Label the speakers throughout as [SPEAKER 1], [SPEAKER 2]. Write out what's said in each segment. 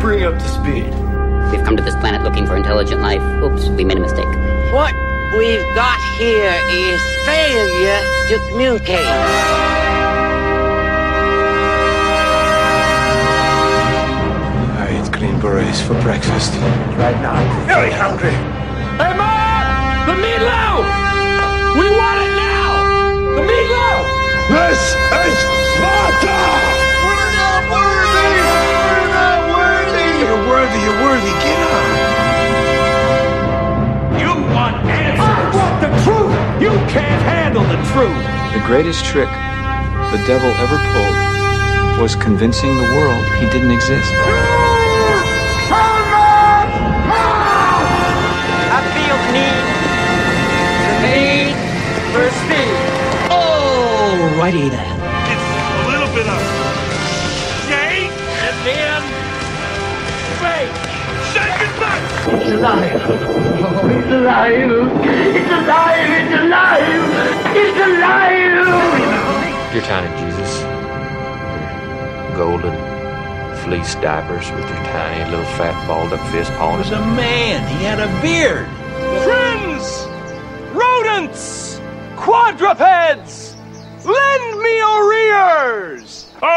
[SPEAKER 1] bring up to speed.
[SPEAKER 2] We've come to this planet looking for intelligent life. Oops, we made a mistake.
[SPEAKER 3] What we've got here is failure to communicate.
[SPEAKER 1] I eat green berets for breakfast. Right now, I'm very hungry. Hey, Mom! The meatloaf! We want it now! The meatloaf! This is Sparta! We're not worthy! We're not worthy! You're worthy, you're worthy. Get up! You want answers! I want the truth! You can't handle the truth!
[SPEAKER 4] The greatest trick the devil ever pulled was convincing the world he didn't exist.
[SPEAKER 3] I feel the need, the need for speed. Oh. Alrighty then.
[SPEAKER 5] It's a little bit of shake and then fake. Shake it back.
[SPEAKER 6] Your tiny Jesus. Your golden fleece diapers with your tiny little fat balled up fist pawing.
[SPEAKER 5] was a man. He had a beard. Friends, rodents, quadrupeds, lend me your ears. Oh!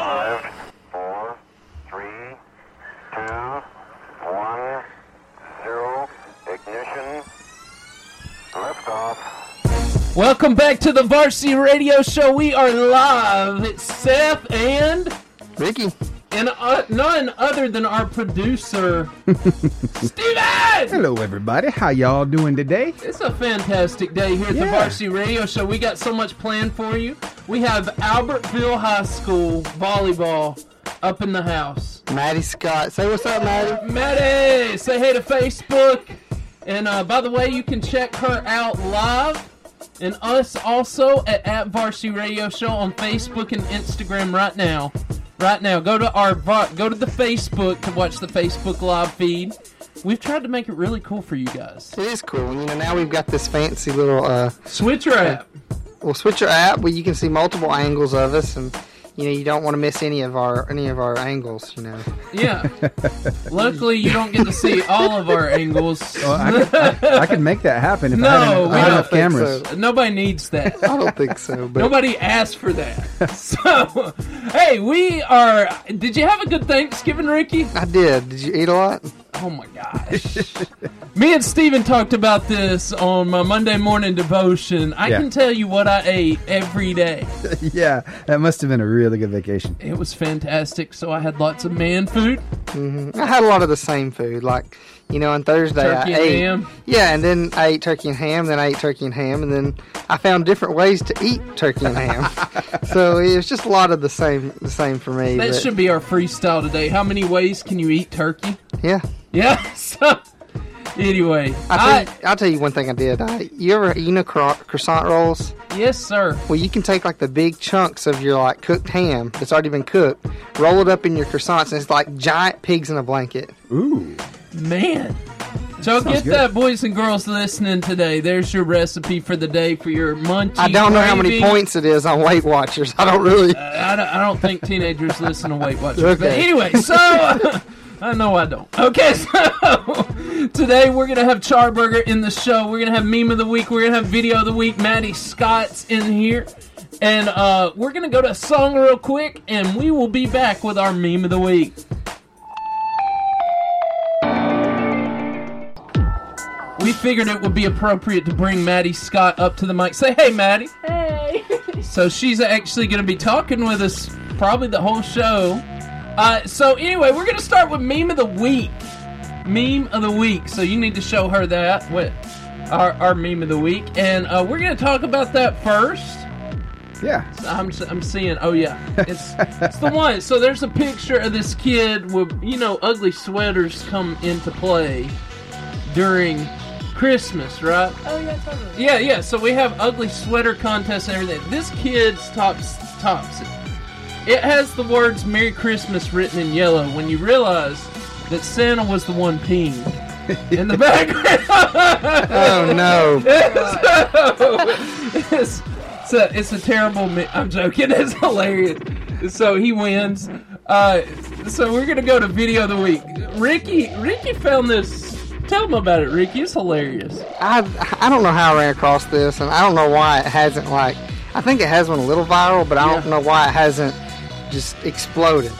[SPEAKER 7] Five, four, three, two, one, zero. Ignition.
[SPEAKER 8] Oh,
[SPEAKER 7] Liftoff.
[SPEAKER 8] Welcome back to the Varsity Radio Show. We are live. It's Seth and
[SPEAKER 9] Ricky.
[SPEAKER 8] and uh, none other than our producer, Steven.
[SPEAKER 9] Hello, everybody. How y'all doing today?
[SPEAKER 8] It's a fantastic day here at the
[SPEAKER 9] Yeah.
[SPEAKER 8] Varsity Radio Show. We got so much planned for you. We have Albertville High School volleyball up in the house.
[SPEAKER 9] Maddie Scott. Say what's up, Maddie.
[SPEAKER 8] Maddie, say hey to Facebook. And uh, by the way, you can check her out live and us also at, at Varsity Radio Show on Facebook and Instagram right now. Right now, go to our var- go to the Facebook to watch the Facebook live feed. We've tried to make it really cool for you guys.
[SPEAKER 9] It is cool. You know, now we've got this fancy little uh,
[SPEAKER 8] Switcher app.
[SPEAKER 9] well switcher app where you can see multiple angles of us, and you know you don't want to miss any of our any of our angles. You know,
[SPEAKER 8] Yeah. Luckily, you don't get to see all of our angles.
[SPEAKER 10] I could make that happen if I had
[SPEAKER 8] No,
[SPEAKER 10] en-
[SPEAKER 8] we
[SPEAKER 10] I had
[SPEAKER 8] don't
[SPEAKER 10] enough
[SPEAKER 9] think
[SPEAKER 10] cameras.
[SPEAKER 9] so.
[SPEAKER 8] Nobody needs that.
[SPEAKER 9] I don't think so. But
[SPEAKER 8] Nobody asked for that. So, hey, we are. Did you have a good Thanksgiving, Ricky?
[SPEAKER 9] I did. Did you eat a lot?
[SPEAKER 8] Oh my gosh. Me and Steven talked about this on my Monday morning devotion. I
[SPEAKER 10] Yeah.
[SPEAKER 8] can tell you what I ate every day.
[SPEAKER 10] yeah, that must have been a really good vacation.
[SPEAKER 8] It was fantastic. So I had lots of man food.
[SPEAKER 9] Mm-hmm. I had a lot of the same food. Like you know, on Thursday
[SPEAKER 8] Turkey
[SPEAKER 9] I
[SPEAKER 8] and
[SPEAKER 9] ate.
[SPEAKER 8] ham?
[SPEAKER 9] Yeah, and then I ate turkey and ham. Then I ate turkey and ham, and then I found different ways to eat turkey and ham. so it was just a lot of the same the same for me.
[SPEAKER 8] That
[SPEAKER 9] but-
[SPEAKER 8] should be our freestyle today. How many ways can you eat turkey?
[SPEAKER 9] yeah.
[SPEAKER 8] Yeah. So, anyway,
[SPEAKER 9] I
[SPEAKER 8] I,
[SPEAKER 9] tell, I, will tell you one thing I did. I, you ever you know cro- croissant rolls?
[SPEAKER 8] yes, sir.
[SPEAKER 9] Well, you can take like the big chunks of your like cooked ham that's already been cooked, roll it up in your croissants, and it's like giant pigs in a blanket.
[SPEAKER 10] Ooh,
[SPEAKER 8] Man. So get
[SPEAKER 10] good.
[SPEAKER 8] that, boys and girls listening today. There's your recipe for the day for your munchie.
[SPEAKER 9] I don't know how many
[SPEAKER 8] craving.
[SPEAKER 9] points it is on Weight Watchers. I don't really.
[SPEAKER 8] I don't, I don't think teenagers listen to Weight Watchers. But
[SPEAKER 9] Okay.
[SPEAKER 8] anyway, so I know I don't. Okay, so today we're gonna have Charburger in the show. We're gonna have meme of the week. We're gonna have video of the week. Maddie Scott's in here, and uh, we're gonna go to a song real quick, and we will be back with our meme of the week. We figured it would be appropriate to bring Maddie Scott up to the mic. Say, hey, Maddie. So she's actually going to be talking with us probably the whole show. Uh, so anyway, we're going to start with meme of the week. Meme of the week. So you need to show her that with our, our meme of the week, and uh, we're going to talk about that first.
[SPEAKER 10] yeah.
[SPEAKER 8] I'm, I'm seeing. Oh yeah, it's it's the one. So there's a picture of this kid with you know ugly sweaters come into play during Christmas, right? Oh yeah, totally. Yeah, yeah. So we have ugly sweater contests and everything. This kid's tops tops it. It has the words "Merry Christmas" written in yellow. When you realize that Santa was the one peeing in the background.
[SPEAKER 9] Oh no!
[SPEAKER 8] it's, it's a, it's a terrible. Mi- I'm joking. It's hilarious. so he wins. Uh, so we're gonna go to video of the week. Ricky, Ricky found this. Tell him about it, Ricky. It's hilarious.
[SPEAKER 9] I I don't know how I ran across this, and I don't know why it hasn't like. I think it has went a little viral, but I don't know why it hasn't just exploded.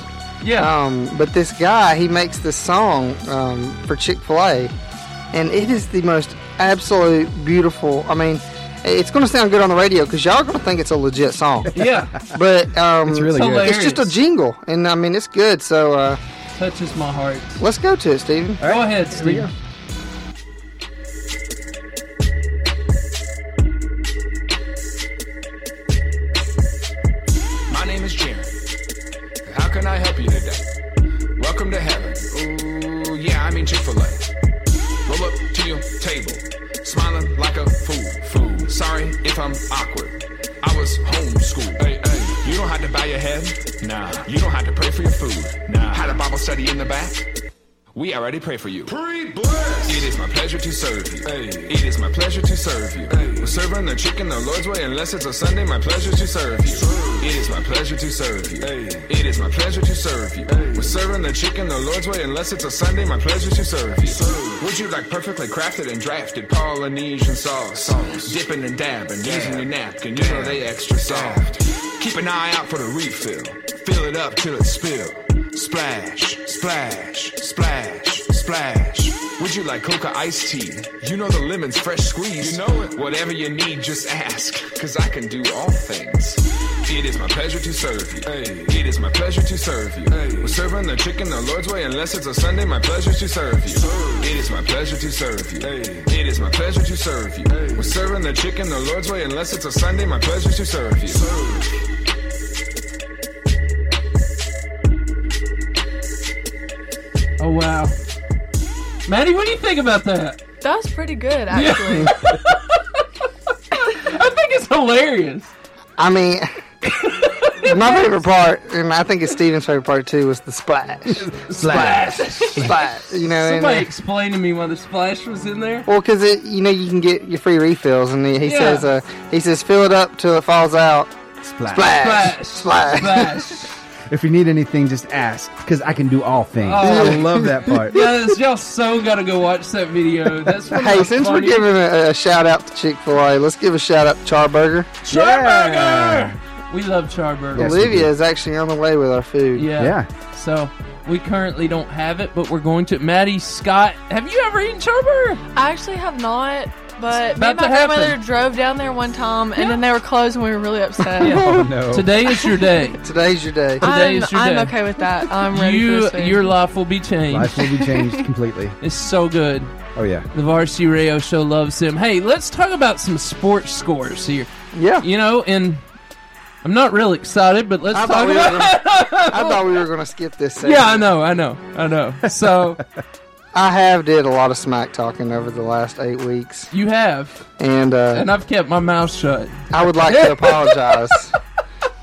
[SPEAKER 8] Yeah.
[SPEAKER 9] Um, but this guy, he makes this song um, for Chick Fil A, and it is the most absolute beautiful. I mean, it's going to sound good on the radio because y'all are going to think it's a legit song.
[SPEAKER 8] Yeah.
[SPEAKER 9] But um,
[SPEAKER 8] It's really good.
[SPEAKER 9] It's just a jingle, and I mean, it's good. So uh,
[SPEAKER 8] Touches my heart.
[SPEAKER 9] let's go to it, Steven.
[SPEAKER 8] Go ahead,
[SPEAKER 9] we
[SPEAKER 8] Steve.
[SPEAKER 11] My name is Jaren. How can I help you today? Welcome to heaven. Ooh, yeah, I mean Chick fil A. Roll up to your table, smiling like a fool. Fool. Sorry if I'm awkward. I was homeschooled. Hey, hey. You don't have to bow your head. Nah. You don't have to pray for your food. Nah. Had a Bible study in the back. We already pray for you. It is my pleasure to serve you. It is my pleasure to serve you. We're serving the chicken the Lord's way unless it's a Sunday. My pleasure to serve you. It is my pleasure to serve you. It is my pleasure to serve you. We're serving the chicken the Lord's way unless it's a Sunday. My pleasure to serve you. Would you like perfectly crafted and drafted Polynesian sauce? sauce. Dipping and dabbing, using your napkin. You know they extra soft. Keep an eye out for the refill. Fill it up till it's spilled. Splash, splash, splash, splash. Would you like coca iced tea? You know the lemon's fresh squeeze. You know it. Whatever you need, just ask. Cause I can do all things. It is my pleasure to serve you. It is my pleasure to serve you. We're serving the chicken the Lord's way unless it's a Sunday. My pleasure to serve you. It is my pleasure to serve you. It is my pleasure to serve you. We're serving the chicken the Lord's way unless it's a Sunday. My pleasure to serve you.
[SPEAKER 8] Oh wow. Maddie, what do you think about that?
[SPEAKER 12] That was pretty good, actually.
[SPEAKER 8] I think it's hilarious.
[SPEAKER 9] I mean, my favorite part, and I think it's Steven's favorite part too, was the splash.
[SPEAKER 8] Splash.
[SPEAKER 9] splash. You know, and,
[SPEAKER 8] Somebody
[SPEAKER 9] uh,
[SPEAKER 8] explain to me why the splash was in there.
[SPEAKER 9] well, because it, you know, you can get your free refills, and he, he
[SPEAKER 8] Yeah.
[SPEAKER 9] says, uh, he says, fill it up till it falls out. Splash. Splash. Splash.
[SPEAKER 10] If you need anything, just ask, because I can do all things.
[SPEAKER 8] Oh,
[SPEAKER 10] I love that part.
[SPEAKER 8] Yes, y'all so gotta go watch that video. That's one of
[SPEAKER 9] Hey,
[SPEAKER 8] the
[SPEAKER 9] since we're
[SPEAKER 8] funniest-
[SPEAKER 9] giving a, a shout out to Chick Fil A, let's give a shout out to Charburger.
[SPEAKER 8] Charburger. We love Charburger.
[SPEAKER 9] Olivia is actually on the way with our food.
[SPEAKER 8] Yeah. So we currently don't have it, but we're going to. Maddie Scott, have you ever eaten charburger?
[SPEAKER 12] I actually have not, but me
[SPEAKER 8] About
[SPEAKER 12] and my
[SPEAKER 8] to happen.
[SPEAKER 12] grandmother drove down there one time, and then they were closed, and we were really upset.
[SPEAKER 8] Today is your day.
[SPEAKER 9] Today's your day.
[SPEAKER 12] I'm,
[SPEAKER 8] Today is your
[SPEAKER 12] I'm
[SPEAKER 8] day.
[SPEAKER 12] okay with that. I'm ready for
[SPEAKER 8] you,
[SPEAKER 12] this food.
[SPEAKER 8] your life will be changed.
[SPEAKER 10] Life will be changed completely.
[SPEAKER 8] It's so good.
[SPEAKER 10] Oh yeah.
[SPEAKER 8] The Varsity Radio Show loves him. Hey, let's talk about some sports scores here.
[SPEAKER 9] Yeah.
[SPEAKER 8] You know, and I'm not real excited, but let's
[SPEAKER 9] I
[SPEAKER 8] talk
[SPEAKER 9] thought, we were
[SPEAKER 8] about.
[SPEAKER 9] gonna, I thought we were gonna skip this. Segment.
[SPEAKER 8] Yeah, I know, I know, I know. So
[SPEAKER 9] I have did a lot of smack talking over the last eight weeks,
[SPEAKER 8] you have,
[SPEAKER 9] and uh,
[SPEAKER 8] and I've kept my mouth shut.
[SPEAKER 9] I would like to apologize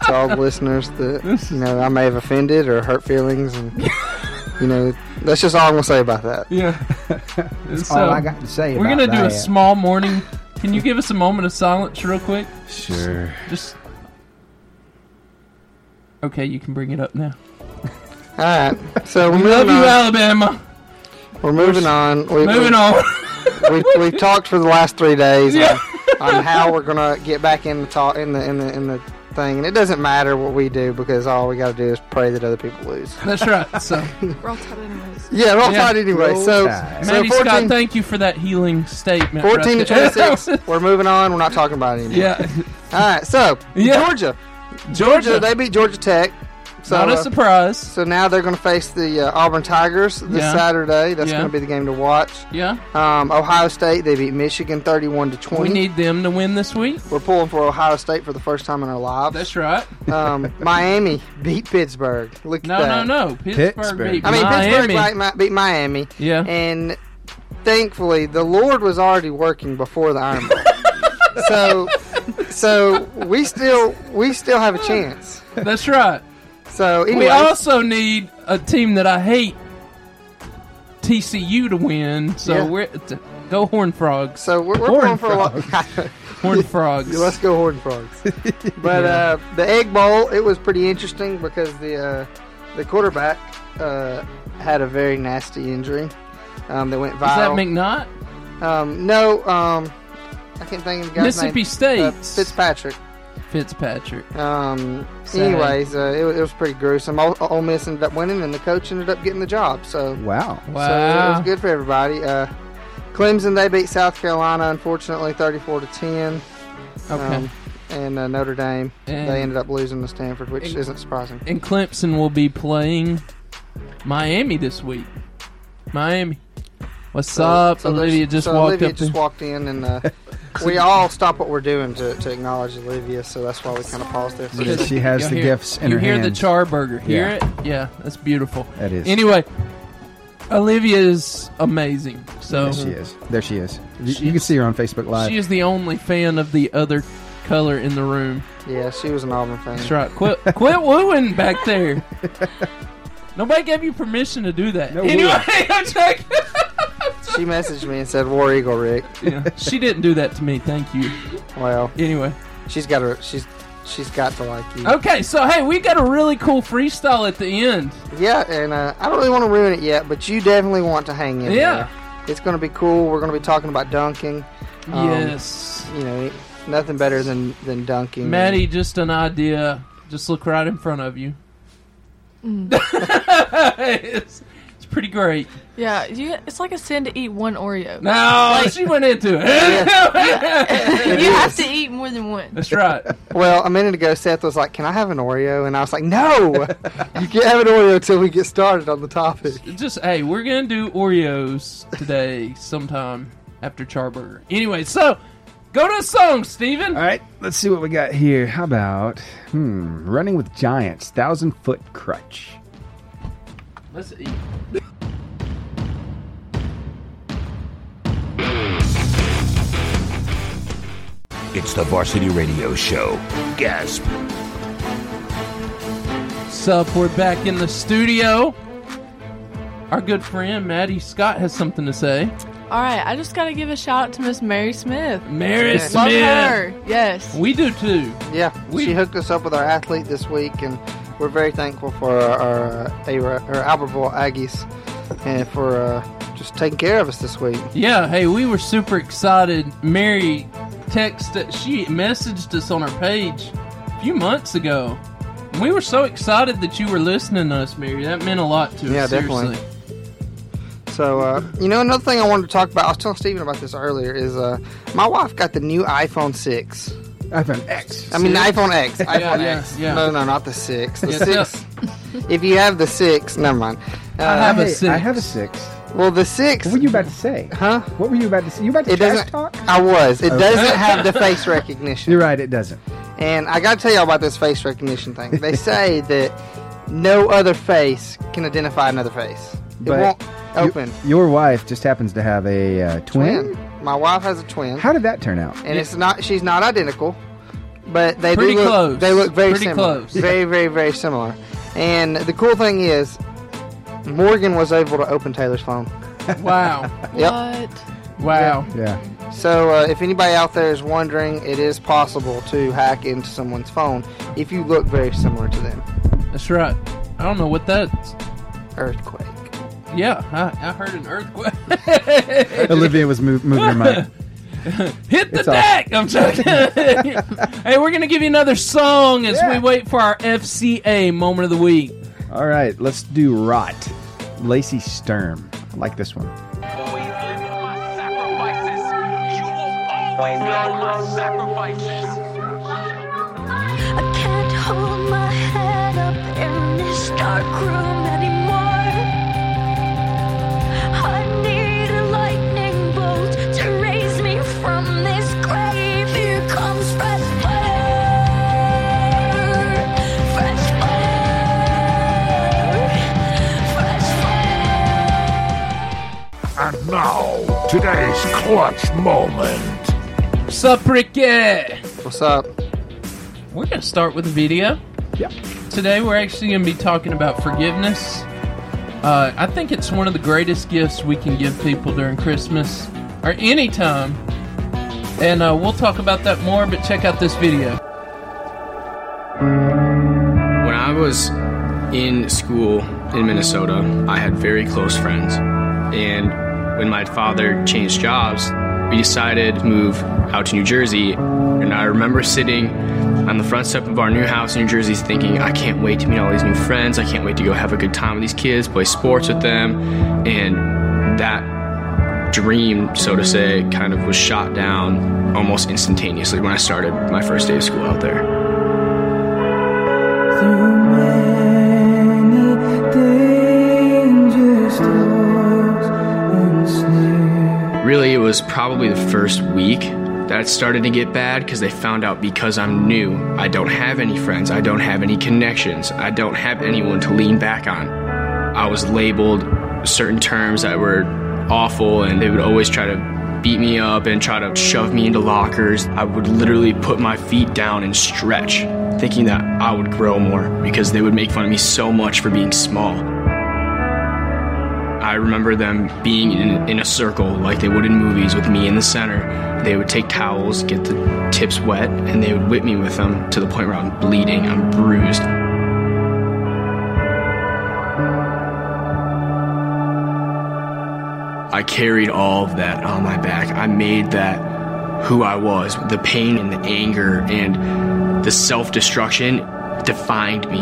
[SPEAKER 9] to all the listeners that you know I may have offended or hurt feelings, and you know that's just all I'm gonna say about that.
[SPEAKER 8] Yeah,
[SPEAKER 9] That's
[SPEAKER 8] So,
[SPEAKER 9] all I got to say
[SPEAKER 8] We're
[SPEAKER 9] about
[SPEAKER 8] gonna do a
[SPEAKER 9] that.
[SPEAKER 8] small morning. Can you give us a moment of silence, real quick?
[SPEAKER 10] Sure.
[SPEAKER 8] Just. Okay, you can bring it up now.
[SPEAKER 9] All right, so we're
[SPEAKER 8] We
[SPEAKER 9] moving
[SPEAKER 8] love you,
[SPEAKER 9] on.
[SPEAKER 8] Alabama.
[SPEAKER 9] We're moving on. We,
[SPEAKER 8] Moving
[SPEAKER 9] we,
[SPEAKER 8] on.
[SPEAKER 9] we, we've talked for the last three days
[SPEAKER 8] Yeah.
[SPEAKER 9] on, on how we're gonna get back in the talk in the in the in the thing, and it doesn't matter what we do because all we got to do is pray that other people lose.
[SPEAKER 8] That's right. So
[SPEAKER 12] Roll Tide anyways.
[SPEAKER 9] Yeah, roll tide anyway.
[SPEAKER 8] Roll
[SPEAKER 9] So,
[SPEAKER 8] Tide.
[SPEAKER 9] so
[SPEAKER 8] Maddie
[SPEAKER 9] 14,
[SPEAKER 8] Scott, thank you for that healing statement.
[SPEAKER 9] 14 to
[SPEAKER 8] right there.
[SPEAKER 9] 26. we're moving on. We're not talking about it anymore.
[SPEAKER 8] Yeah.
[SPEAKER 9] All right. So
[SPEAKER 8] Yeah.
[SPEAKER 9] Georgia,
[SPEAKER 8] Georgia.
[SPEAKER 9] they beat Georgia Tech. So,
[SPEAKER 8] Not a
[SPEAKER 9] uh,
[SPEAKER 8] surprise.
[SPEAKER 9] so now they're going to face the uh, Auburn Tigers this
[SPEAKER 8] Yeah.
[SPEAKER 9] Saturday. That's
[SPEAKER 8] Yeah.
[SPEAKER 9] going to be the game to watch.
[SPEAKER 8] Yeah.
[SPEAKER 9] Um, Ohio State they beat Michigan thirty-one to twenty.
[SPEAKER 8] We need them to win this week.
[SPEAKER 9] We're pulling for Ohio State for the first time in our lives.
[SPEAKER 8] That's right.
[SPEAKER 9] Um, Miami beat Pittsburgh. Look
[SPEAKER 8] No,
[SPEAKER 9] at that.
[SPEAKER 8] no, no. Pittsburgh, beat
[SPEAKER 9] I mean, Pittsburgh
[SPEAKER 8] Miami.
[SPEAKER 9] right, mi- beat Miami.
[SPEAKER 8] Yeah.
[SPEAKER 9] And thankfully, the Lord was already working before the Iron Bowl. so, so we still we still have a chance.
[SPEAKER 8] That's right.
[SPEAKER 9] So
[SPEAKER 8] We
[SPEAKER 9] anyway,
[SPEAKER 8] also need a team that I hate, TCU, to win. So
[SPEAKER 9] Yeah.
[SPEAKER 8] we're t- go Horn Frogs.
[SPEAKER 9] So we're, we're going for a lot.
[SPEAKER 8] Horned frogs.
[SPEAKER 9] Let's go horn frogs. But uh, the Egg Bowl, it was pretty interesting because the uh, the quarterback uh, had a very nasty injury um, that went viral.
[SPEAKER 8] Is that McNaught?
[SPEAKER 9] Um, no, um, I can't think of the guy's
[SPEAKER 8] Mississippi
[SPEAKER 9] name.
[SPEAKER 8] State.
[SPEAKER 9] Uh, Fitzpatrick.
[SPEAKER 8] Fitzpatrick.
[SPEAKER 9] Um.
[SPEAKER 8] Sad.
[SPEAKER 9] Anyways, uh, it, wa- it was pretty gruesome. Ole, Ole Miss ended up winning, and the coach ended up getting the job. So
[SPEAKER 10] Wow.
[SPEAKER 9] so it
[SPEAKER 8] Wow.
[SPEAKER 9] was good for everybody. Uh, Clemson they beat South Carolina, unfortunately, thirty-four to ten. Um,
[SPEAKER 8] Okay.
[SPEAKER 9] and uh, Notre Dame
[SPEAKER 8] And-
[SPEAKER 9] they ended up losing to Stanford, which isn't surprising.
[SPEAKER 8] And Clemson will be playing Miami this week. Miami. What's up?
[SPEAKER 9] so there's-
[SPEAKER 8] Olivia just
[SPEAKER 9] so
[SPEAKER 8] walked
[SPEAKER 9] Olivia
[SPEAKER 8] up.
[SPEAKER 9] just
[SPEAKER 8] and-
[SPEAKER 9] walked in, and uh, we all stop what we're doing to, to acknowledge Olivia. So that's why we kind of paused there. For a
[SPEAKER 10] Because
[SPEAKER 9] second.
[SPEAKER 10] she has
[SPEAKER 8] Y'all
[SPEAKER 10] the
[SPEAKER 8] hear-
[SPEAKER 10] gifts in
[SPEAKER 8] you
[SPEAKER 10] her
[SPEAKER 8] hear the
[SPEAKER 10] hands.
[SPEAKER 8] charburger. Hear
[SPEAKER 10] Yeah.
[SPEAKER 8] it? Yeah, that's beautiful.
[SPEAKER 10] That is.
[SPEAKER 8] Anyway, Olivia is amazing. So
[SPEAKER 10] there she is. There she is. You, you can see her on Facebook Live.
[SPEAKER 8] She is the only fan of the other color in the room.
[SPEAKER 9] Yeah, she was an Auburn fan.
[SPEAKER 8] That's right. Quit, quit wooing back there. Nobody gave you permission to do that. anyway, I'm joking.
[SPEAKER 9] she messaged me and said, "War Eagle, Rick."
[SPEAKER 8] Yeah, she didn't do that to me. Thank you.
[SPEAKER 9] Well,
[SPEAKER 8] anyway,
[SPEAKER 9] she's got her. She's she's got to like you.
[SPEAKER 8] Okay, so hey, we got a really cool freestyle at the end.
[SPEAKER 9] Yeah, and uh, I don't really want to ruin it yet, but you definitely want to hang in.
[SPEAKER 8] Yeah.
[SPEAKER 9] there. it's going to be cool. We're going to be talking about dunking. Um,
[SPEAKER 8] Yes.
[SPEAKER 9] you know, nothing better than than dunking.
[SPEAKER 8] Maddie, just an idea. Just look right in front of you.
[SPEAKER 10] Mm.
[SPEAKER 8] it's, it's pretty great.
[SPEAKER 12] Yeah, you, it's like a sin to eat one Oreo.
[SPEAKER 8] No, she went into it.
[SPEAKER 12] you have to eat more than one.
[SPEAKER 8] That's right.
[SPEAKER 9] Well, a minute ago, Seth was like, "Can I have an Oreo?" And I was like, "No, you can't have an Oreo until we get started on the topic."
[SPEAKER 8] Just hey, we're gonna do Oreos today, sometime after Charburger. Anyway, so go to a song, Steven.
[SPEAKER 10] All right, let's see what we got here. How about hmm, running with giants, thousand foot crutch.
[SPEAKER 8] Let's eat.
[SPEAKER 13] It's the Varsity Radio Show. Gasp.
[SPEAKER 8] Sup, we're back in the studio. Our good friend Maddie Scott has something to say.
[SPEAKER 12] All right, I just gotta give a shout out to Miss Mary Smith.
[SPEAKER 8] Mary
[SPEAKER 12] Love
[SPEAKER 8] Smith.
[SPEAKER 12] her. Yes.
[SPEAKER 8] We do too.
[SPEAKER 9] Yeah, she hooked us up with our athlete this week, and we're very thankful for our, our, our, our Albertville Aggies and for uh, just taking care of us this week.
[SPEAKER 8] Yeah, hey, we were super excited. Mary texted, she messaged us on her page a few months ago. We were so excited that you were listening to us, Mary. That meant a lot to
[SPEAKER 9] Yeah,
[SPEAKER 8] us.
[SPEAKER 9] definitely.
[SPEAKER 8] seriously.
[SPEAKER 9] So, uh, you know, another thing I wanted to talk about, I was telling Steven about this earlier, is uh, my wife got the new iPhone 6.
[SPEAKER 10] iPhone X.
[SPEAKER 9] I mean, the
[SPEAKER 10] Six?
[SPEAKER 9] iPhone X.
[SPEAKER 10] Yeah,
[SPEAKER 9] iPhone
[SPEAKER 10] yeah,
[SPEAKER 9] X.
[SPEAKER 10] yeah.
[SPEAKER 9] No, no, not the 6. The
[SPEAKER 10] Yeah,
[SPEAKER 9] 6. If you have the 6, never mind. Uh,
[SPEAKER 10] Hey, I have a six.
[SPEAKER 9] Well, the six. What
[SPEAKER 10] were you about to say?
[SPEAKER 9] Huh?
[SPEAKER 10] What were you about to say? You about to
[SPEAKER 9] It
[SPEAKER 10] trash
[SPEAKER 9] doesn't-
[SPEAKER 10] talk?
[SPEAKER 9] I was. It
[SPEAKER 10] Okay.
[SPEAKER 9] doesn't have the face recognition.
[SPEAKER 10] You're right. It doesn't.
[SPEAKER 9] And I got to tell y'all about this face recognition thing. They say that no other face can identify another face. It
[SPEAKER 10] But
[SPEAKER 9] won't
[SPEAKER 10] you-
[SPEAKER 9] open.
[SPEAKER 10] your wife just happens to have a uh, twin.
[SPEAKER 9] My wife has a twin.
[SPEAKER 10] How did that turn out?
[SPEAKER 9] and it's not she's not identical, but they
[SPEAKER 10] Pretty
[SPEAKER 9] do look,
[SPEAKER 10] close.
[SPEAKER 9] They look very
[SPEAKER 10] Pretty
[SPEAKER 9] similar,
[SPEAKER 10] close.
[SPEAKER 9] very very very similar. And the cool thing is, Morgan was able to open Taylor's phone.
[SPEAKER 8] Wow.
[SPEAKER 12] What?
[SPEAKER 8] Wow.
[SPEAKER 10] Yeah.
[SPEAKER 9] So uh, if anybody out there is wondering, it is possible to hack into someone's phone if you look very similar to them.
[SPEAKER 8] That's right. I don't know what that's.
[SPEAKER 9] Earthquake.
[SPEAKER 8] Yeah, I, I heard an earthquake.
[SPEAKER 10] Olivia was move, moving her mic.
[SPEAKER 8] Hit the
[SPEAKER 10] It's all-
[SPEAKER 8] deck! I'm joking. hey, we're going to give you another song as we wait for our FCA moment of the week.
[SPEAKER 10] All right, let's do Rot. Lacey Sturm. I like this one.
[SPEAKER 14] I can't hold my head up in this dark room anymore. I need a lightning bolt to raise me from this grave. Here comes fresh fire. Fresh fire. Fresh fire.
[SPEAKER 13] And now, today's clutch moment.
[SPEAKER 8] Sup, Ricky?
[SPEAKER 9] What's up?
[SPEAKER 8] We're going to start with a video.
[SPEAKER 10] Yep.
[SPEAKER 8] Today, we're actually going to be talking about forgiveness. Uh, I think it's one of the greatest gifts we can give people during Christmas or any time. And uh, we'll talk about that more, but check out this video.
[SPEAKER 15] When I was in school in Minnesota, I had very close friends. And when my father changed jobs, we decided to move out to New Jersey. And I remember sitting on the front step of our new house in New Jersey thinking, I can't wait to meet all these new friends. I can't wait to go have a good time with these kids, play sports with them. And that dream, so to say, kind of was shot down almost instantaneously when I started my first day of school out there. Really, it was probably the first week that it started to get bad because they found out because I'm new, I don't have any friends, I don't have any connections, I don't have anyone to lean back on. I was labeled certain terms that were awful, and they would always try to beat me up and try to shove me into lockers. I would literally put my feet down and stretch, thinking that I would grow more because they would make fun of me so much for being small. I remember them being in, in a circle like they would in movies with me in the center. They would take towels, get the tips wet, and they would whip me with them to the point where I'm bleeding, I'm bruised. I carried all of that on my back. I made that who I was. The pain and the anger and the self destruction defined me.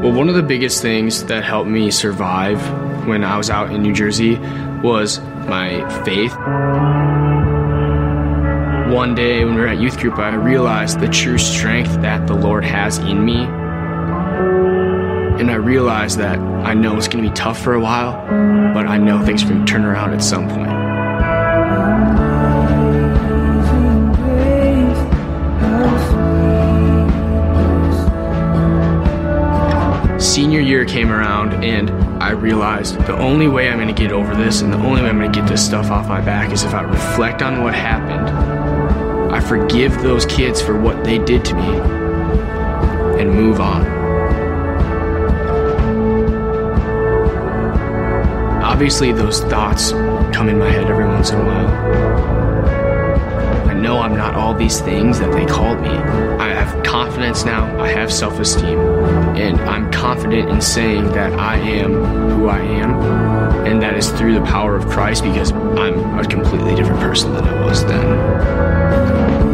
[SPEAKER 15] Well, one of the biggest things that helped me survive when I was out in New Jersey was my faith. One day when we were at youth group, I realized the true strength that the Lord has in me. And I realized that I know it's going to be tough for a while, but I know things are going to turn around at some point. Senior year came around, and I realized the only way I'm going to get over this and the only way I'm going to get this stuff off my back is if I reflect on what happened. I forgive those kids for what they did to me and move on. Obviously, those thoughts come in my head every once in a while. I know I'm not all these things that they called me. I have confidence now, I have self esteem, and I'm confident in saying that I am who I am, and that is through the power of Christ because I'm a completely different person than I was then.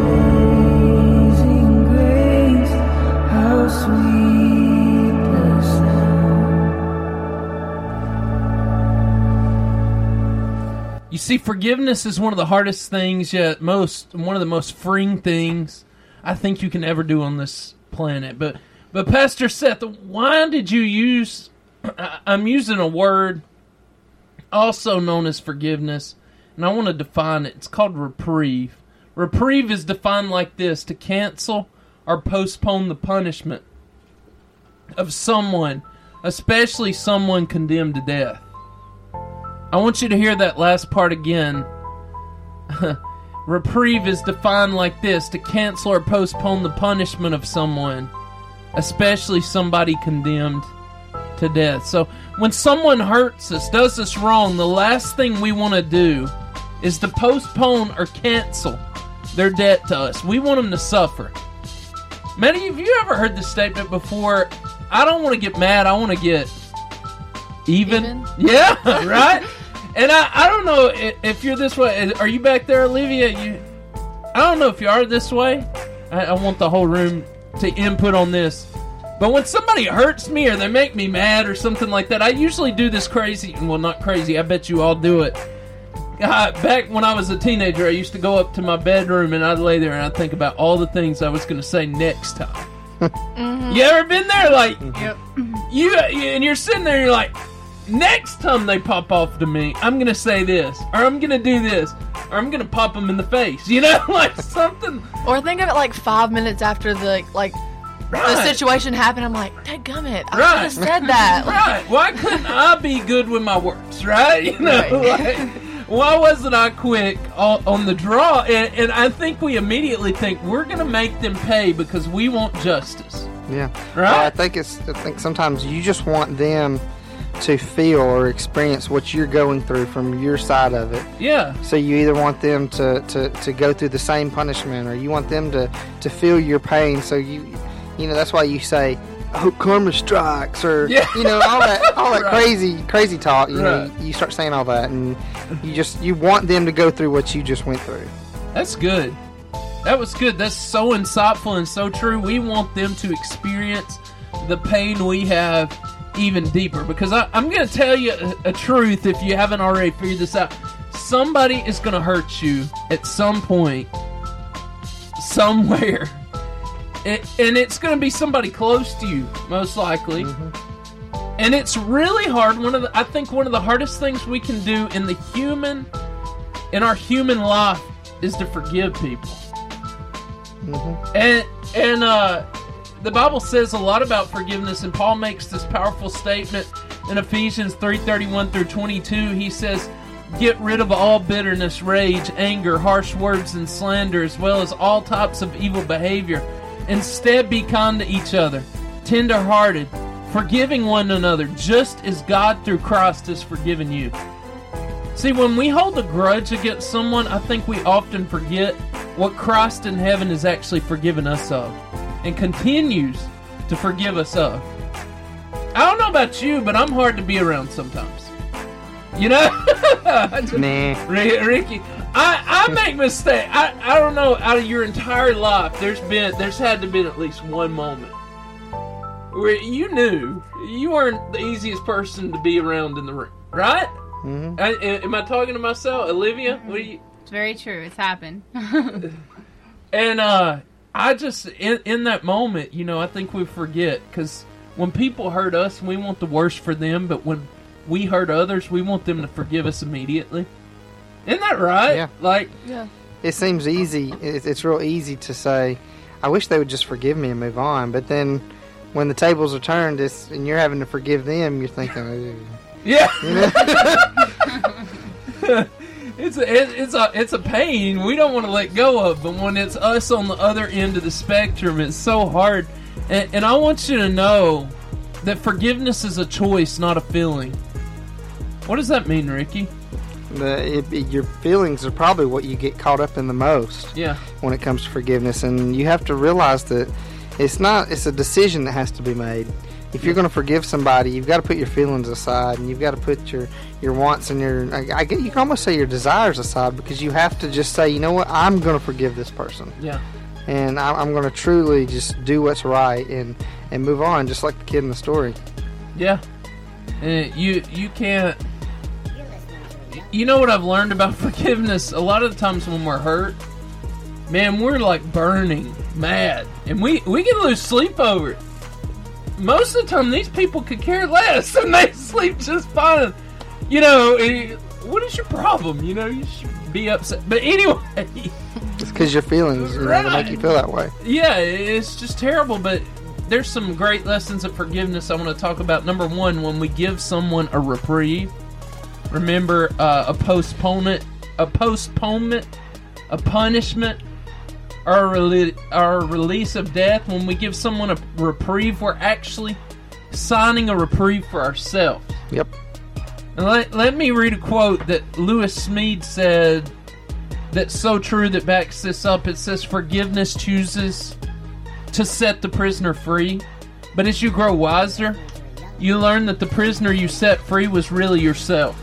[SPEAKER 8] You see, forgiveness is one of the hardest things, yet most one of the most freeing things I think you can ever do on this planet. But but Pastor Seth, why did you use? I- I'm using a word also known as forgiveness, and I want to define it. It's called reprieve. Reprieve is defined like this: to cancel or postpone the punishment of someone, especially someone condemned to death. I want you to hear that last part again. Reprieve is defined like this to cancel or postpone the punishment of someone, especially somebody condemned to death. So, when someone hurts us, does us wrong, the last thing we want to do is to postpone or cancel their debt to us. We want them to suffer. Manny, have you ever heard this statement before? I don't want to get mad, I want to get even? Yeah, right. and I, I don't know if, if you're this way. Are you back there, Olivia? You, I don't know if you are this way. I, I want the whole room to input on this. But when somebody hurts me or they make me mad or something like that, I usually do this crazy. Well, not crazy. I bet you all do it. God, back when I was a teenager, I used to go up to my bedroom and I'd lay there and I'd think about all the things I was going to say next time. Mm-hmm. You ever been there? Like,
[SPEAKER 16] Mm-hmm.
[SPEAKER 8] you, you and you're sitting there, and you're like, next time they pop off to me, I'm gonna say this, or I'm gonna do this, or I'm gonna pop them in the face. You know, like something.
[SPEAKER 12] Or think of it like five minutes after the like the
[SPEAKER 8] Right.
[SPEAKER 12] situation happened. I'm like, dadgummit, I
[SPEAKER 8] Right.
[SPEAKER 12] should have said that. Like,
[SPEAKER 8] Right? Why couldn't I be good with my words? Right? You know,
[SPEAKER 12] Right.
[SPEAKER 8] like, why wasn't I quick on, on the draw? And, and I think we immediately think we're going to make them pay because we want justice.
[SPEAKER 9] Yeah. Right. I think it's. I think sometimes you just want them to feel or experience what you're going through from your side of it.
[SPEAKER 8] Yeah.
[SPEAKER 9] So you either want them to, to, to go through the same punishment, or you want them to, to feel your pain. So you, you know, that's why you say, "Oh, karma strikes," or
[SPEAKER 1] Yeah.
[SPEAKER 9] you know, all that all that
[SPEAKER 1] Right.
[SPEAKER 9] crazy crazy talk. You
[SPEAKER 8] Right.
[SPEAKER 9] know, you, you start saying all that, and you just you want them to go through what you just went through.
[SPEAKER 8] That's good. That was good. That's so insightful and so true. We want them to experience the pain we have even deeper. Because I, I'm going to tell you a, a truth if you haven't already figured this out. Somebody is going to hurt you at some point, somewhere. It, and it's going to be somebody close to you, most likely. And it's really hard. One of the, I think one of the hardest things we can do in the human in our human life is to forgive people. Mm-hmm. And and uh, the Bible says a lot about forgiveness, and Paul makes this powerful statement in Ephesians three thirty one through twenty two. He says, "Get rid of all bitterness, rage, anger, harsh words, and slander, as well as all types of evil behavior. Instead, be kind to each other, tender-hearted." Forgiving one another, just as God through Christ has forgiven you. See, when we hold a grudge against someone, I think we often forget what Christ in heaven has actually forgiven us of and continues to forgive us of. I don't know about you, but I'm hard to be around sometimes. You know? I just-
[SPEAKER 9] Nah.
[SPEAKER 8] Ri- Ricky, I, I make mistakes. I, I don't know, out of your entire life, there's been, there's had to been at least one moment where you knew you weren't the easiest person to be around in the room, right?
[SPEAKER 9] Mm-hmm.
[SPEAKER 8] I, a- am I talking to myself, Olivia? What do you?
[SPEAKER 17] It's very true. It's happened.
[SPEAKER 8] And uh, I just in, in that moment, you know, I think we forget because when people hurt us, we want the worst for them, but when we hurt others, we want them to forgive us immediately. Isn't that right?
[SPEAKER 9] Yeah.
[SPEAKER 8] Like,
[SPEAKER 12] yeah.
[SPEAKER 9] it seems easy. It, it's real easy to say, I wish they would just forgive me and move on. But then when the tables are turned it's, and you're having to forgive them, you're thinking, "Ooh."
[SPEAKER 8] Yeah. it's a it, it's a it's a pain we don't want to let go of, but when it's us on the other end of the spectrum, it's so hard. And, and I want you to know that forgiveness is a choice, not a feeling. What does that mean, Ricky?
[SPEAKER 9] the, it, it- your feelings are probably what you get caught up in the most
[SPEAKER 8] Yeah.
[SPEAKER 9] when it comes to forgiveness. And you have to realize that it's not, it's a decision that has to be made. If you're going to forgive somebody, you've got to put your feelings aside, and you've got to put your, your wants and your I, I get you can almost say your desires aside because you have to just say, you know what, I'm going to forgive this person.
[SPEAKER 8] Yeah.
[SPEAKER 9] and I, I'm going to truly just do what's right and and move on, just like the kid in the story.
[SPEAKER 8] Yeah. And you you can't. You know what I've learned about forgiveness? A lot of the times when we're hurt, man, we're like burning mad, and we we can lose sleep over it. Most of the time, these people could care less, and they sleep just fine. You know, eh, what is your problem? You know, you should be upset. But anyway,
[SPEAKER 9] It's because your feelings you know, that make you feel that way.
[SPEAKER 8] yeah, it's just terrible, but there's some great lessons of forgiveness I want to talk about. Number one, when we give someone a reprieve, remember uh, a postponement, a postponement, a punishment, or a, rele- or a release of death. When we give someone a reprieve, we're actually signing a reprieve for ourselves.
[SPEAKER 9] Yep.
[SPEAKER 8] And let, let me read a quote that Lewis Smead said that's so true that backs this up. It says, Forgiveness chooses to set the prisoner free, but as you grow wiser, you learn that the prisoner you set free was really yourself.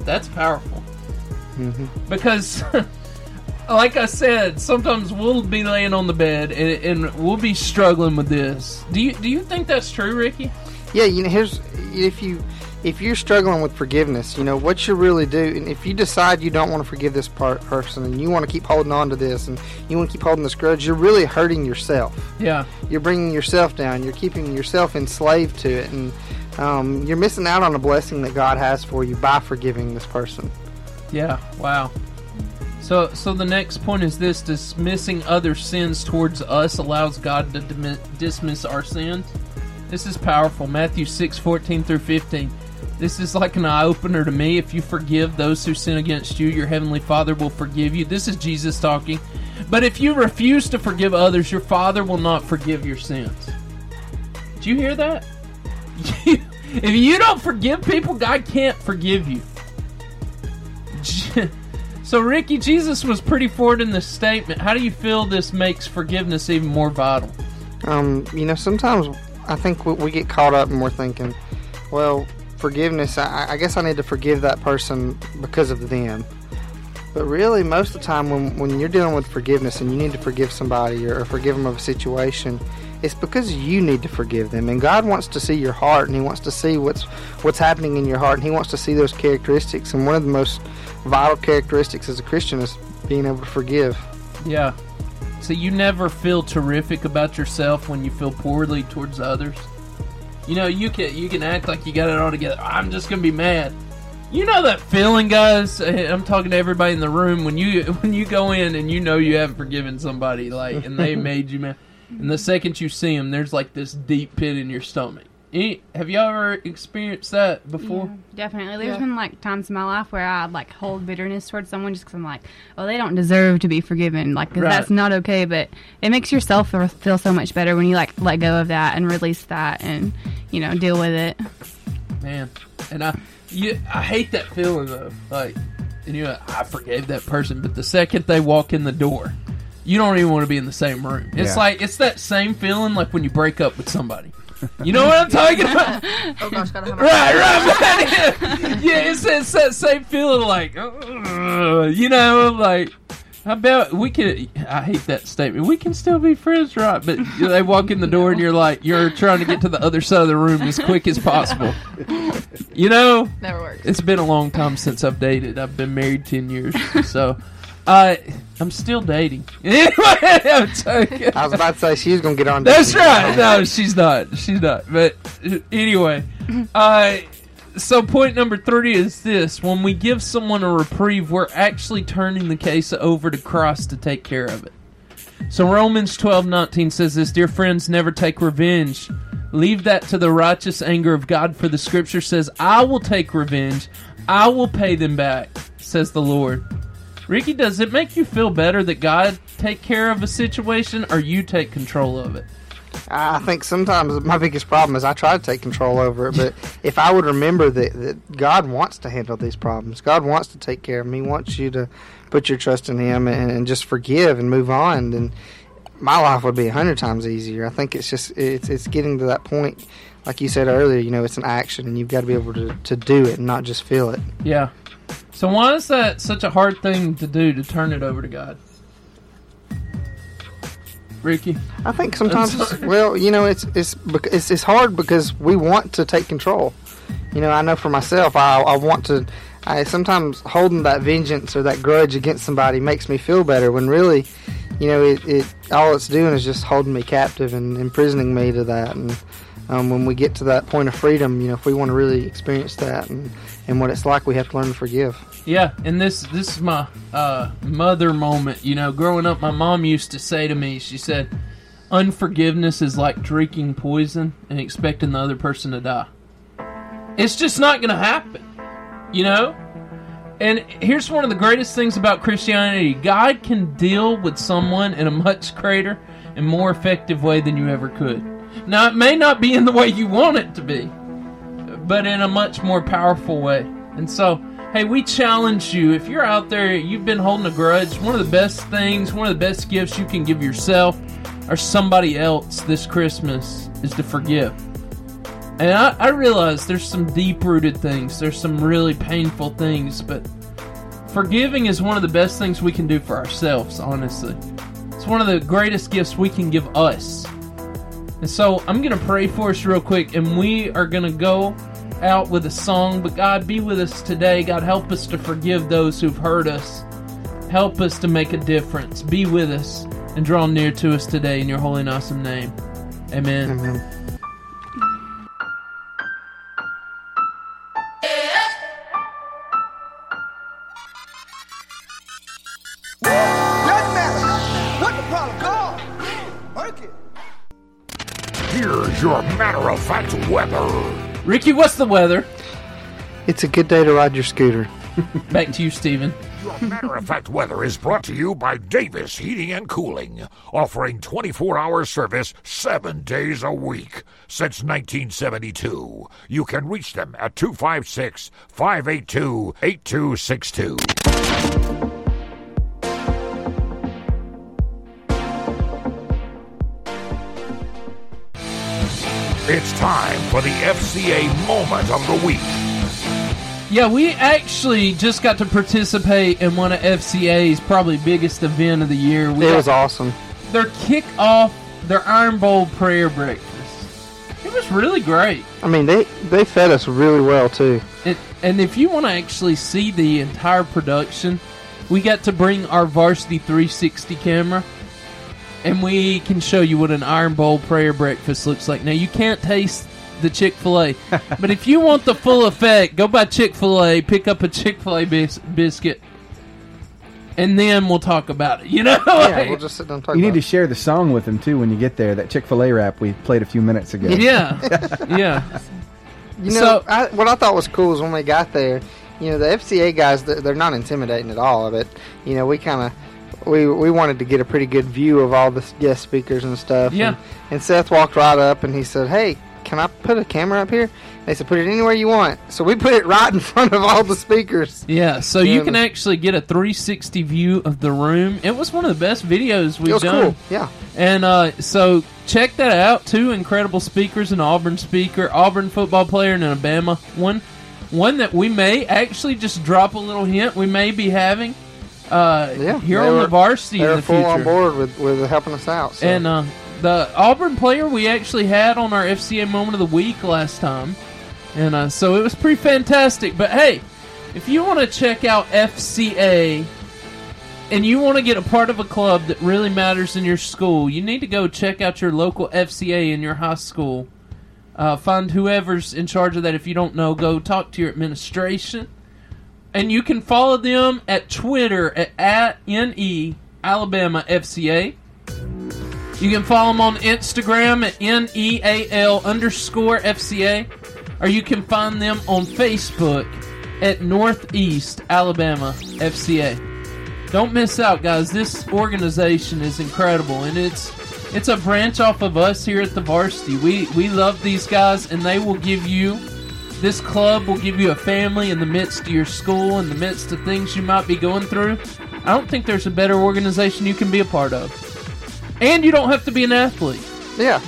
[SPEAKER 8] That's powerful.
[SPEAKER 1] Mm-hmm.
[SPEAKER 8] Because, like I said, sometimes we'll be laying on the bed and, and we'll be struggling with this. Do you, do you think that's true, Ricky?
[SPEAKER 9] Yeah, you know, here's if you if you're struggling with forgiveness, you know what you really do, and if you decide you don't want to forgive this part person, and you want to keep holding on to this, and you want to keep holding this grudge, you're really hurting yourself.
[SPEAKER 8] Yeah.
[SPEAKER 9] You're bringing yourself down. You're keeping yourself enslaved to it, and um, you're missing out on a blessing that God has for you by forgiving this person.
[SPEAKER 8] Yeah. Wow. So, so the next point is this: dismissing other sins towards us allows God to dimi- dismiss our sins. This is powerful. Matthew six fourteen through fifteen. This is like an eye opener to me. If you forgive those who sin against you, your heavenly Father will forgive you. This is Jesus talking. But if you refuse to forgive others, your Father will not forgive your sins. Do you hear that? if you don't forgive people, God can't forgive you. So, Ricky, Jesus was pretty forward in this statement. How do you feel this makes forgiveness even more vital?
[SPEAKER 9] Um, you know, sometimes I think we, we get caught up and we're thinking, well, forgiveness, I, I guess I need to forgive that person because of them. But really, most of the time when, when you're dealing with forgiveness and you need to forgive somebody or, or forgive them of a situation, it's because you need to forgive them. And God wants to see your heart and He wants to see what's what's happening in your heart and He wants to see those characteristics. And one of the most vital characteristics as a Christian is being able to forgive.
[SPEAKER 8] Yeah. So you never feel terrific about yourself when you feel poorly towards others. You know, you can you can act like you got it all together. I'm just gonna be mad. You know that feeling, guys. Eh, I'm talking to everybody in the room when you when you go in and you know you haven't forgiven somebody, like, and they made you mad. And the second you see them, there's like this deep pit in your stomach. Any, have y'all ever experienced that before?
[SPEAKER 17] Definitely. There's been like times in my life where I like hold bitterness towards someone just because I'm like, oh, they don't deserve to be forgiven. Like 'cause
[SPEAKER 8] Right.
[SPEAKER 17] that's not okay. But it makes yourself feel- feel so much better when you like let go of that and release that and you know deal with it.
[SPEAKER 8] Man, and I, you, I hate that feeling though. Like, and you know, I forgave that person, but the second they walk in the door, you don't even want to be in the same room. It's
[SPEAKER 1] Yeah.
[SPEAKER 8] like it's that same feeling like when you break up with somebody. You know what I'm talking about?
[SPEAKER 12] oh gosh, gotta have
[SPEAKER 8] Right, right, man. yeah, it's, it's that same feeling like, ugh, you know, like, I bet we can, I hate that statement, we can still be friends, right? But they walk in the door and you're like, you're trying to get to the other side of the room as quick as possible. You know?
[SPEAKER 12] Never works.
[SPEAKER 8] It's been a long time since I've dated. I've been married 10 years, so. I I'm still dating. Anyway, I'm joking.
[SPEAKER 9] I was about to say she was gonna get on.
[SPEAKER 8] That's
[SPEAKER 9] Disney.
[SPEAKER 8] right. No, she's not. She's not. But uh, anyway, uh, so point number three is this: when we give someone a reprieve, we're actually turning the case over to Christ to take care of it. So Romans twelve nineteen says this: Dear friends, never take revenge. Leave that to the righteous anger of God, for the Scripture says, "I will take revenge. I will pay them back," says the Lord. Ricky, does it make you feel better that God take care of a situation or you take control of it?
[SPEAKER 9] I I think sometimes my biggest problem is I try to take control over it, but if I would remember that, that God wants to handle these problems, God wants to take care of them, He wants you to put your trust in Him and, and just forgive and move on, then my life would be a hundred times easier. I think it's just it's it's getting to that point, like you said earlier. You know, it's an action, and you've got to be able to to do it and not just feel it.
[SPEAKER 8] Yeah. So why is that such a hard thing to do to turn it over to God? Ricky,
[SPEAKER 9] I think sometimes,
[SPEAKER 8] I'm sorry.
[SPEAKER 9] well, you know, it's it's bec- it's it's hard because we want to take control. You know, I know for myself, I I want to. I sometimes holding that vengeance or that grudge against somebody makes me feel better when really, you know, it, it all it's doing is just holding me captive and imprisoning me to that. And um, when we get to that point of freedom, you know, if we want to really experience that and and what it's like, we have to learn to forgive.
[SPEAKER 8] Yeah, and this this is my uh, mother moment. You know, growing up, my mom used to say to me, she said, "Unforgiveness is like drinking poison and expecting the other person to die. It's just not going to happen." You know. And here's one of the greatest things about Christianity: God can deal with someone in a much greater and more effective way than you ever could. Now, it may not be in the way you want it to be, but in a much more powerful way. And so, hey, we challenge you. If you're out there, you've been holding a grudge, one of the best things, one of the best gifts you can give yourself or somebody else this Christmas is to forgive. And I, I realize there's some deep rooted things, there's some really painful things, but forgiving is one of the best things we can do for ourselves, honestly. It's one of the greatest gifts we can give us. And so I'm going to pray for us real quick, and we are going to go out with a song. But God, be with us today. God, help us to forgive those who've hurt us. Help us to make a difference. Be with us and draw near to us today in your holy and awesome name. Amen.
[SPEAKER 1] Doesn't matter. What the problem?
[SPEAKER 13] Here's your matter of fact weather.
[SPEAKER 8] Ricky, what's the weather?
[SPEAKER 9] It's a good day to ride your scooter.
[SPEAKER 8] Back to you, Steven.
[SPEAKER 13] Your matter of fact weather is brought to you by Davis Heating and Cooling, offering 24 hour service seven days a week since 1972. You can reach them at 256 582 8262. It's time for the FCA Moment of the Week.
[SPEAKER 8] Yeah, we actually just got to participate in one of FCA's probably biggest event of the year. We
[SPEAKER 9] It
[SPEAKER 8] got
[SPEAKER 9] was awesome.
[SPEAKER 8] Their kickoff, their Iron Bowl prayer breakfast. It was really great.
[SPEAKER 9] I mean, they they fed us really well too.
[SPEAKER 8] And, and if you want to actually see the entire production, we got to bring our Varsity 360 camera, and we can show you what an Iron Bowl prayer breakfast looks like. Now, you can't taste the Chick fil A, but if you want the full effect, go buy Chick fil A, pick up a Chick fil A bis- biscuit, and then we'll talk about it. You know?
[SPEAKER 9] Yeah, we'll just sit down and talk
[SPEAKER 10] You need
[SPEAKER 9] about
[SPEAKER 10] to share the song with them too when you get there. That Chick Fil A rap we played a few minutes ago.
[SPEAKER 8] Yeah. yeah.
[SPEAKER 9] it. You know, I, what I thought was cool is when we got there, you know, the FCA guys, they're, they're not intimidating at all, but, you know, we kind of, we, we wanted to get a pretty good view of all the guest speakers and stuff.
[SPEAKER 8] Yeah.
[SPEAKER 9] And, and Seth walked right up and he said, hey, can I put a camera up here? They said, put it anywhere you want. So we put it right in front of all the speakers.
[SPEAKER 8] Yeah, so
[SPEAKER 9] Yeah,
[SPEAKER 8] you
[SPEAKER 9] and-
[SPEAKER 8] can actually get a 360 view of the room. It was one of the best videos we've
[SPEAKER 9] it was
[SPEAKER 8] done.
[SPEAKER 9] cool. Yeah.
[SPEAKER 8] And uh, so check that out. Two incredible speakers: an Auburn speaker, Auburn football player, and an Alabama one. One that we may actually just drop a little hint. We may be having uh, here
[SPEAKER 9] They
[SPEAKER 8] on
[SPEAKER 9] were-
[SPEAKER 8] the varsity
[SPEAKER 9] they
[SPEAKER 8] in
[SPEAKER 9] were
[SPEAKER 8] the
[SPEAKER 9] full
[SPEAKER 8] future.
[SPEAKER 9] on board with, with helping us out. So.
[SPEAKER 8] And uh, the Auburn player we actually had on our FCA moment of the week last time. And uh, so it was pretty fantastic. But hey, if you want to check out FCA and you want to get a part of a club that really matters in your school, you need to go check out your local FCA in your high school. Uh, find whoever's in charge of that. If you don't know, go talk to your administration. And you can follow them at Twitter at, at NE Alabama FCA. You can follow them on Instagram at NEAL underscore FCA, or you can find them on Facebook at Northeast Alabama FCA. Don't miss out, guys. This organization is incredible, and it's it's a branch off of us here at the Varsity. We we love these guys, and they will give you this club will give you a family in the midst of your school, in the midst of things you might be going through. I don't think there's a better organization you can be a part of. And you don't have to be an athlete.
[SPEAKER 9] Yeah.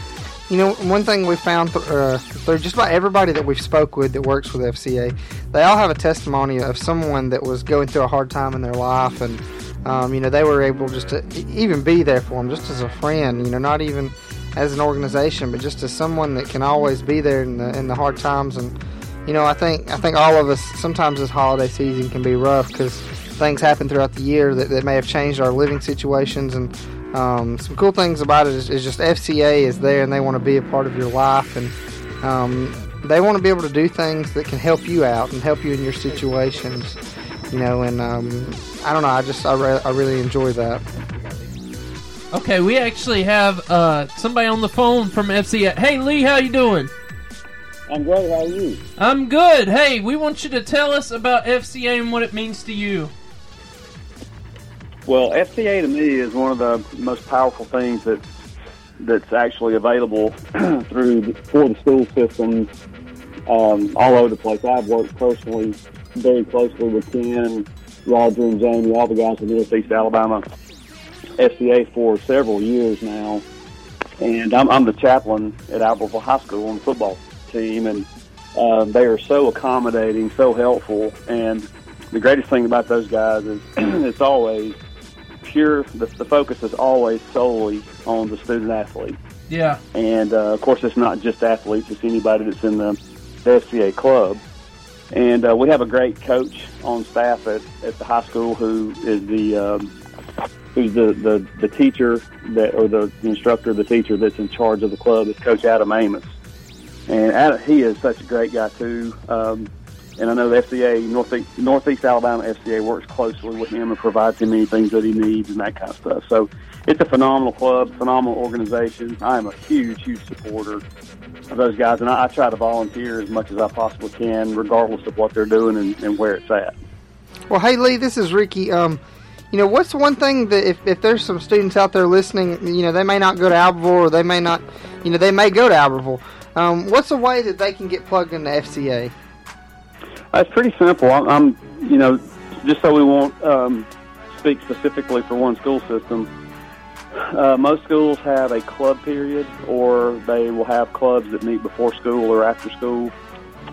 [SPEAKER 9] You know, one thing we found th- uh, through just about everybody that we've spoke with that works with FCA, they all have a testimony of someone that was going through a hard time in their life, and um, you know they were able just to e- even be there for them, just as a friend. You know, not even as an organization, but just as someone that can always be there in the in the hard times. And you know, I think I think all of us sometimes this holiday season can be rough because things happen throughout the year that, that may have changed our living situations and um, some cool things about it is, is just FCA is there and they want to be a part of your life and um, they want to be able to do things that can help you out and help you in your situations, you know. And um, I don't know, I just I, re- I really enjoy that.
[SPEAKER 8] Okay, we actually have uh, somebody on the phone from FCA. Hey, Lee, how you doing?
[SPEAKER 18] I'm great. How are you?
[SPEAKER 8] I'm good. Hey, we want you to tell us about FCA and what it means to you.
[SPEAKER 18] Well, FCA to me is one of the most powerful things that that's actually available through the, for the school systems um, all over the place. I've worked personally very closely with Ken, Roger, and Jamie, all the guys in Northeast Alabama FCA for several years now, and I'm, I'm the chaplain at Albertville High School on the football team, and um, they are so accommodating, so helpful, and the greatest thing about those guys is it's always pure. The, the focus is always solely on the student athlete,
[SPEAKER 8] Yeah.
[SPEAKER 18] and uh, of course, it's not just athletes; it's anybody that's in the, the FCA club. And uh, we have a great coach on staff at, at the high school who is the um, who's the, the, the teacher that or the instructor, the teacher that's in charge of the club is Coach Adam Amos, and Adam, he is such a great guy too. Um, And I know the FCA, Northeast, Northeast Alabama FCA, works closely with him and provides him any things that he needs and that kind of stuff. So it's a phenomenal club, phenomenal organization. I am a huge, huge supporter of those guys, and I, I try to volunteer as much as I possibly can, regardless of what they're doing and, and where it's at.
[SPEAKER 9] Well, hey Lee, this is Ricky. Um, you know, what's one thing that if, if there's some students out there listening, you know, they may not go to Albertville or they may not, you know, they may go to Albertville. Um, what's a way that they can get plugged into FCA?
[SPEAKER 18] Uh, It's pretty simple. I'm, I'm you know, just so we won't um, speak specifically for one school system. Uh, most schools have a club period, or they will have clubs that meet before school or after school.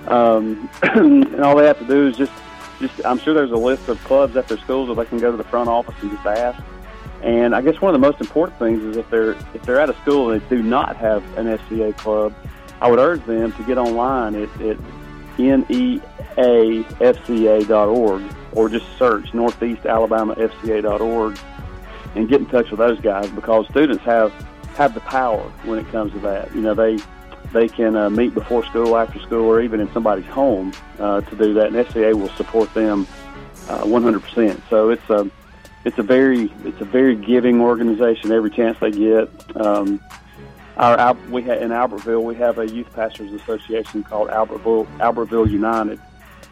[SPEAKER 18] Um, and all they have to do is just, just. I'm sure there's a list of clubs at their schools that they can go to the front office and just ask. And I guess one of the most important things is if they're if they're at a school and they do not have an SCA club, I would urge them to get online at, E at neafca.org or just search Northeast Alabama FCA.org and get in touch with those guys because students have have the power when it comes to that. You know, they they can uh, meet before school, after school, or even in somebody's home uh, to do that, and FCA will support them uh, 100%. So it's a it's a very it's a very giving organization. Every chance they get. Um, our Al- we ha- in Albertville we have a youth pastors association called Albertville Albertville United,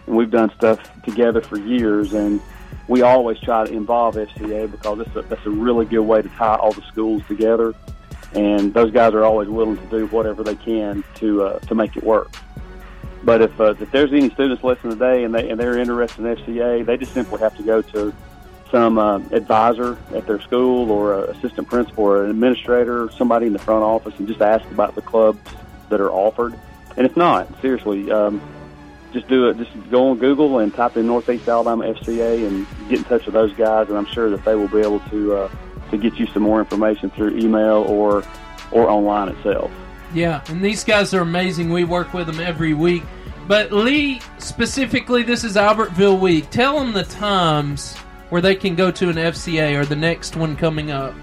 [SPEAKER 18] and we've done stuff together for years, and we always try to involve FCA because it's a, that's a really good way to tie all the schools together, and those guys are always willing to do whatever they can to uh, to make it work. But if uh, if there's any students listening today and they and they're interested in FCA, they just simply have to go to some uh, advisor at their school or an assistant principal or an administrator, somebody in the front office, and just ask about the clubs that are offered. And if not, seriously, um, just do it. Just go on Google and type in Northeast Alabama FCA and get in touch with those guys, and I'm sure that they will be able to uh, to get you some more information through email or or online itself.
[SPEAKER 8] Yeah, and these guys are amazing. We work with them every week. But Lee, specifically, this is Albertville week. Tell them the times where they can go to an FCA or the next one coming up.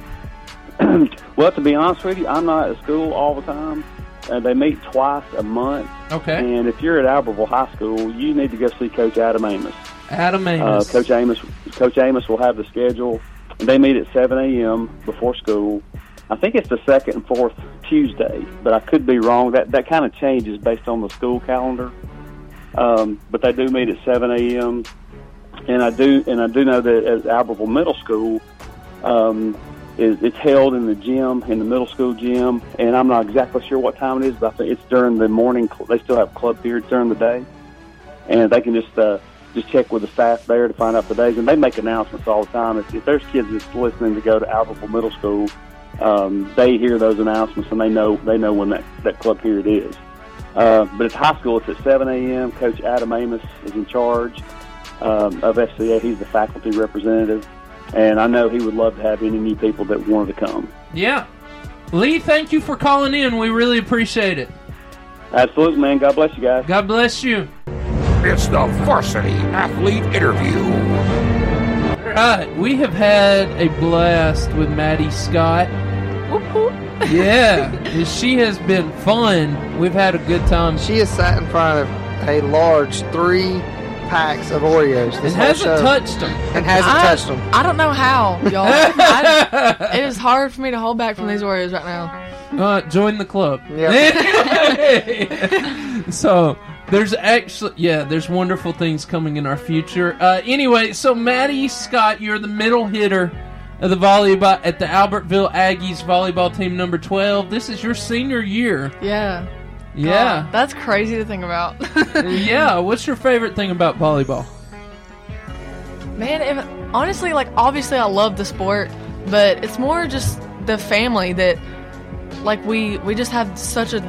[SPEAKER 18] Well, to be honest with you, I'm not at school all the time. Uh, they meet twice a month.
[SPEAKER 8] Okay.
[SPEAKER 18] And if you're at Albertville High School, you need to go see Coach Adam Amos.
[SPEAKER 8] Adam
[SPEAKER 18] Uh,
[SPEAKER 8] Amos.
[SPEAKER 18] Coach Amos, Coach Amos will have the schedule. They meet at 7 a.m. before school. I think it's the second and fourth Tuesday, but I could be wrong. That that kind of changes based on the school calendar. Um, but they do meet at 7 a.m. And I do and I do know that at Albertville Middle School, um, is it's held in the gym in the middle school gym, and I'm not exactly sure what time it is, but I think it's during the morning. cl- They still have club periods during the day, and they can just uh, just check with the staff there to find out the days. And they make announcements all the time. If, if there's kids that's listening to go to Albertville Middle School, um, they hear those announcements and they know they know when that, that club period is. Uh, but it's high school. It's at 7 a.m. Coach Adam Amos is in charge um, of FCA. He's the faculty representative, and I know he would love to have any new people that wanted to come.
[SPEAKER 8] Yeah. Lee, thank you for calling in. We really appreciate it.
[SPEAKER 18] Absolutely, man. God bless you guys.
[SPEAKER 8] God bless you.
[SPEAKER 13] It's the Varsity Athlete Interview.
[SPEAKER 8] All right. We have had a blast with Maddie Scott. yeah. She has been fun. We've had a good time.
[SPEAKER 9] She has sat in front of a large three packs of Oreos. This
[SPEAKER 8] And hasn't
[SPEAKER 9] whole show.
[SPEAKER 8] touched them.
[SPEAKER 9] And hasn't
[SPEAKER 12] I,
[SPEAKER 9] touched them.
[SPEAKER 12] I don't know how, y'all. I- it is hard for me to hold back from these Oreos right now.
[SPEAKER 8] Uh, join the club. so there's actually yeah, there's wonderful things coming in our future. Uh, anyway, so Maddie Scott, you're the middle hitter of the volleyball at the Albertville Aggies volleyball team number twelve. This is your senior year.
[SPEAKER 12] Yeah.
[SPEAKER 8] Yeah.
[SPEAKER 12] God, that's crazy to think about.
[SPEAKER 8] yeah. What's your favorite thing about volleyball?
[SPEAKER 12] Man, if, honestly, like obviously I love the sport, but it's more just the family that, like we we just have such a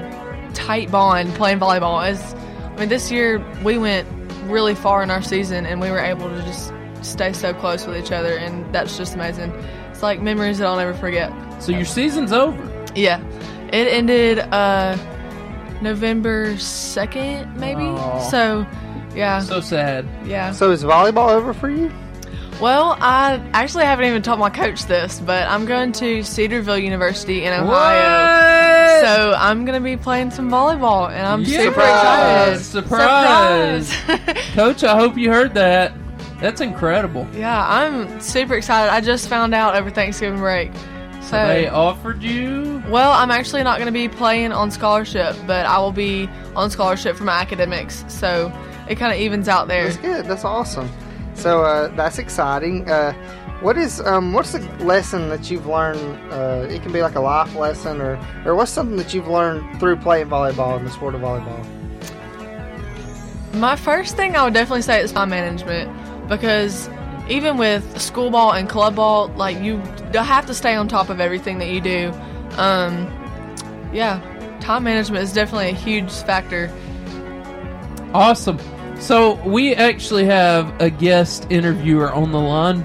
[SPEAKER 12] tight bond playing volleyball. As I mean, this year we went really far in our season, and we were able to just stay so close with each other, and that's just amazing. It's like memories that I'll never forget.
[SPEAKER 8] So your season's over.
[SPEAKER 12] Yeah, it ended uh November second, maybe.
[SPEAKER 9] Aw.
[SPEAKER 12] So, yeah.
[SPEAKER 8] So sad.
[SPEAKER 12] Yeah.
[SPEAKER 9] So is volleyball over for you?
[SPEAKER 12] Well, I actually haven't even told my coach this, but I'm going to Cedarville University in Ohio. So I'm going to be playing some volleyball, and I'm
[SPEAKER 8] Yeah.
[SPEAKER 12] super excited.
[SPEAKER 8] Surprise. Coach, I hope you heard that. That's incredible.
[SPEAKER 12] Yeah, I'm super excited. I just found out over Thanksgiving break. So
[SPEAKER 8] They offered you?
[SPEAKER 12] Well, I'm actually not going to be playing on scholarship, but I will be on scholarship for my academics. So it kind of evens out there.
[SPEAKER 9] That's good. That's awesome. So uh, that's exciting. Uh, what is um, what's the lesson that you've learned? Uh, it can be like a life lesson, or or what's something that you've learned through playing volleyball and the sport of volleyball?
[SPEAKER 12] My first thing I would definitely say is time management because even with school ball and club ball, like you d- have to stay on top of everything that you do. Um, yeah, time management is definitely a huge factor.
[SPEAKER 8] Awesome. So we actually have a guest interviewer on the line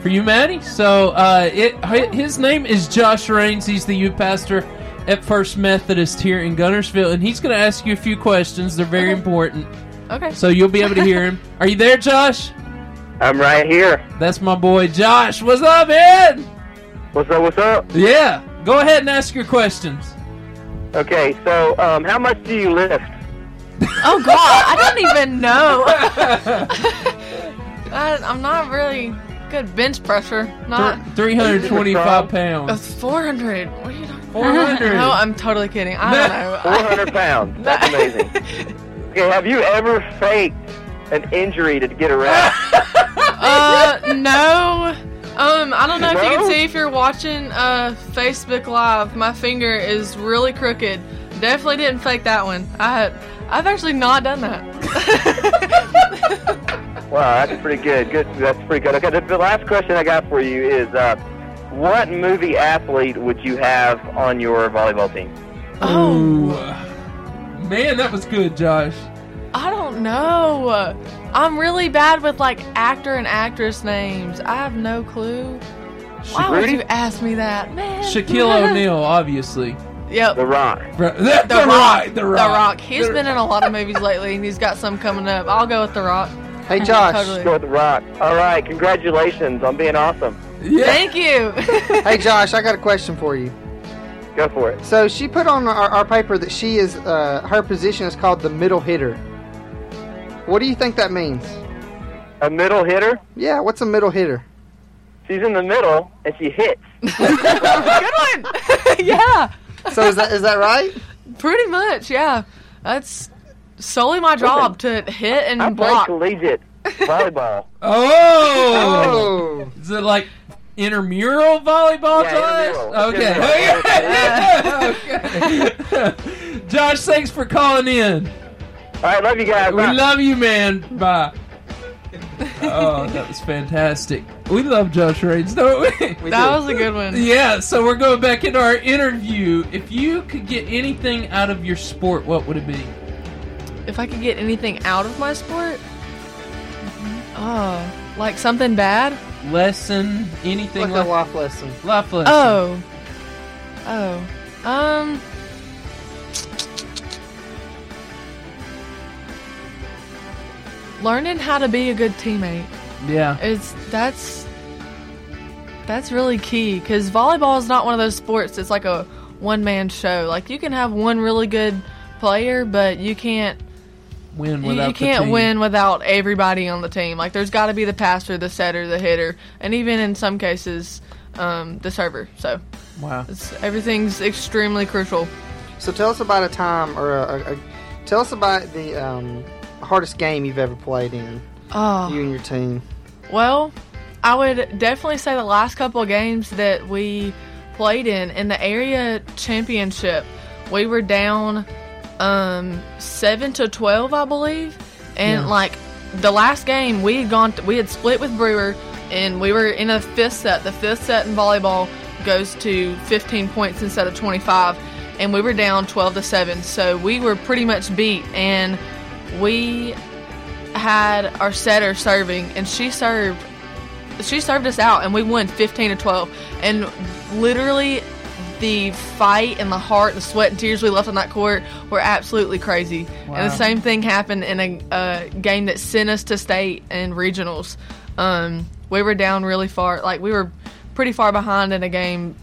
[SPEAKER 8] for you, Maddie. So uh, it hi- his name is Josh Rains. He's the youth pastor at First Methodist here in Gunnersville, and he's going to ask you a few questions. They're very important.
[SPEAKER 12] Okay.
[SPEAKER 8] So you'll be able to hear him. Are you there, Josh?
[SPEAKER 16] I'm right here.
[SPEAKER 8] That's my boy, Josh. What's up, man?
[SPEAKER 16] What's up? What's up?
[SPEAKER 8] Yeah. Go ahead and ask your questions.
[SPEAKER 16] Okay, so um, how much do you lift?
[SPEAKER 12] Oh God, I don't even know. I, I'm not really good bench pressure. Not
[SPEAKER 8] Three hundred twenty-five pounds.
[SPEAKER 12] That's 400. What are you talking about?
[SPEAKER 16] 400.
[SPEAKER 12] No, I'm totally kidding. I don't know.
[SPEAKER 16] 400 pounds. That's amazing. Okay, have you ever faked an injury to get around?
[SPEAKER 12] uh, no. Um, I don't know if you can
[SPEAKER 16] No?
[SPEAKER 12] see if you're watching uh, Facebook Live. My finger is really crooked. Definitely didn't fake that one. I I've actually not done that.
[SPEAKER 16] Wow, that's pretty good. Good, that's pretty good. Okay, the, the last question I got for you is, uh, what movie athlete would you have on your volleyball team?
[SPEAKER 8] Oh. Man, that was good, Josh.
[SPEAKER 12] I don't know. I'm really bad with like actor and actress names. I have no clue. Why would
[SPEAKER 8] Rudy?
[SPEAKER 12] you ask me that, man?
[SPEAKER 8] Shaquille O'Neal, obviously.
[SPEAKER 12] Yep. The
[SPEAKER 16] Rock.
[SPEAKER 8] The, the Rock.
[SPEAKER 12] The
[SPEAKER 8] The Rock.
[SPEAKER 12] Rock. He's
[SPEAKER 8] The-
[SPEAKER 12] been in a lot of movies lately, and he's got some coming up. I'll go with The Rock.
[SPEAKER 9] Hey,
[SPEAKER 12] Totally.
[SPEAKER 16] Go with the Rock. All right, congratulations on being awesome.
[SPEAKER 12] Thank you.
[SPEAKER 9] hey, Josh, I got a question for you.
[SPEAKER 16] Go for it.
[SPEAKER 9] So she put on our, our paper that she is uh, her position is called the middle hitter. What do you think that means?
[SPEAKER 16] A middle hitter?
[SPEAKER 9] Yeah. What's a middle hitter?
[SPEAKER 16] She's in the middle and she hits.
[SPEAKER 12] yeah.
[SPEAKER 9] So is that is that right?
[SPEAKER 12] Pretty much, yeah. That's solely my job to hit and
[SPEAKER 16] I play
[SPEAKER 12] block.
[SPEAKER 16] collegiate volleyball.
[SPEAKER 8] Oh! Is it like intramural volleyball,
[SPEAKER 16] Yeah,
[SPEAKER 8] Josh? Okay. okay. Josh, thanks for calling in.
[SPEAKER 16] All right, love you guys.
[SPEAKER 8] We love you, man. Bye. oh, that was fantastic. We love Josh Reigns, don't we?
[SPEAKER 12] We That do. was a good one.
[SPEAKER 8] Yeah, so we're going back into our interview. If you could get anything out of your sport, what would it be?
[SPEAKER 12] If I could get anything out of my sport, oh, like something bad.
[SPEAKER 8] Lesson, anything
[SPEAKER 9] Like a
[SPEAKER 8] like
[SPEAKER 9] life lesson.
[SPEAKER 8] Life lesson.
[SPEAKER 12] Oh, oh, um. Learning how to be a good teammate.
[SPEAKER 8] Yeah.
[SPEAKER 12] It's that's that's really key because volleyball is not one of those sports that's like a one man show. Like you can have one really good player, but you can't
[SPEAKER 8] Win
[SPEAKER 12] you,
[SPEAKER 8] without
[SPEAKER 12] you
[SPEAKER 8] the
[SPEAKER 12] can't
[SPEAKER 8] team.
[SPEAKER 12] win without everybody on the team. Like there's got to be the passer, the setter, the hitter, and even in some cases, um, the server. So
[SPEAKER 8] Wow.
[SPEAKER 12] it's, everything's extremely crucial.
[SPEAKER 9] So tell us about a time or a, a, a- tell us about the um, hardest game you've ever played in.
[SPEAKER 12] Oh.
[SPEAKER 9] You and your team.
[SPEAKER 12] Well, I would definitely say the last couple of games that we played in in the area championship, we were down um, seven to twelve, I believe, and
[SPEAKER 17] Yeah.
[SPEAKER 12] like the last game we had gone, we had split with Brewer, and we were in a fifth set. The fifth set in volleyball goes to fifteen points instead of twenty-five, and we were down twelve to seven, so we were pretty much beat, and we had our setter serving and she served she served us out and we won 15 to 12 and literally the fight and the heart the sweat and tears we left on that court were absolutely crazy and
[SPEAKER 17] Wow.
[SPEAKER 12] the same thing happened in a, a game that sent us to state and regionals um, we were down really far. Like we were pretty far behind in a game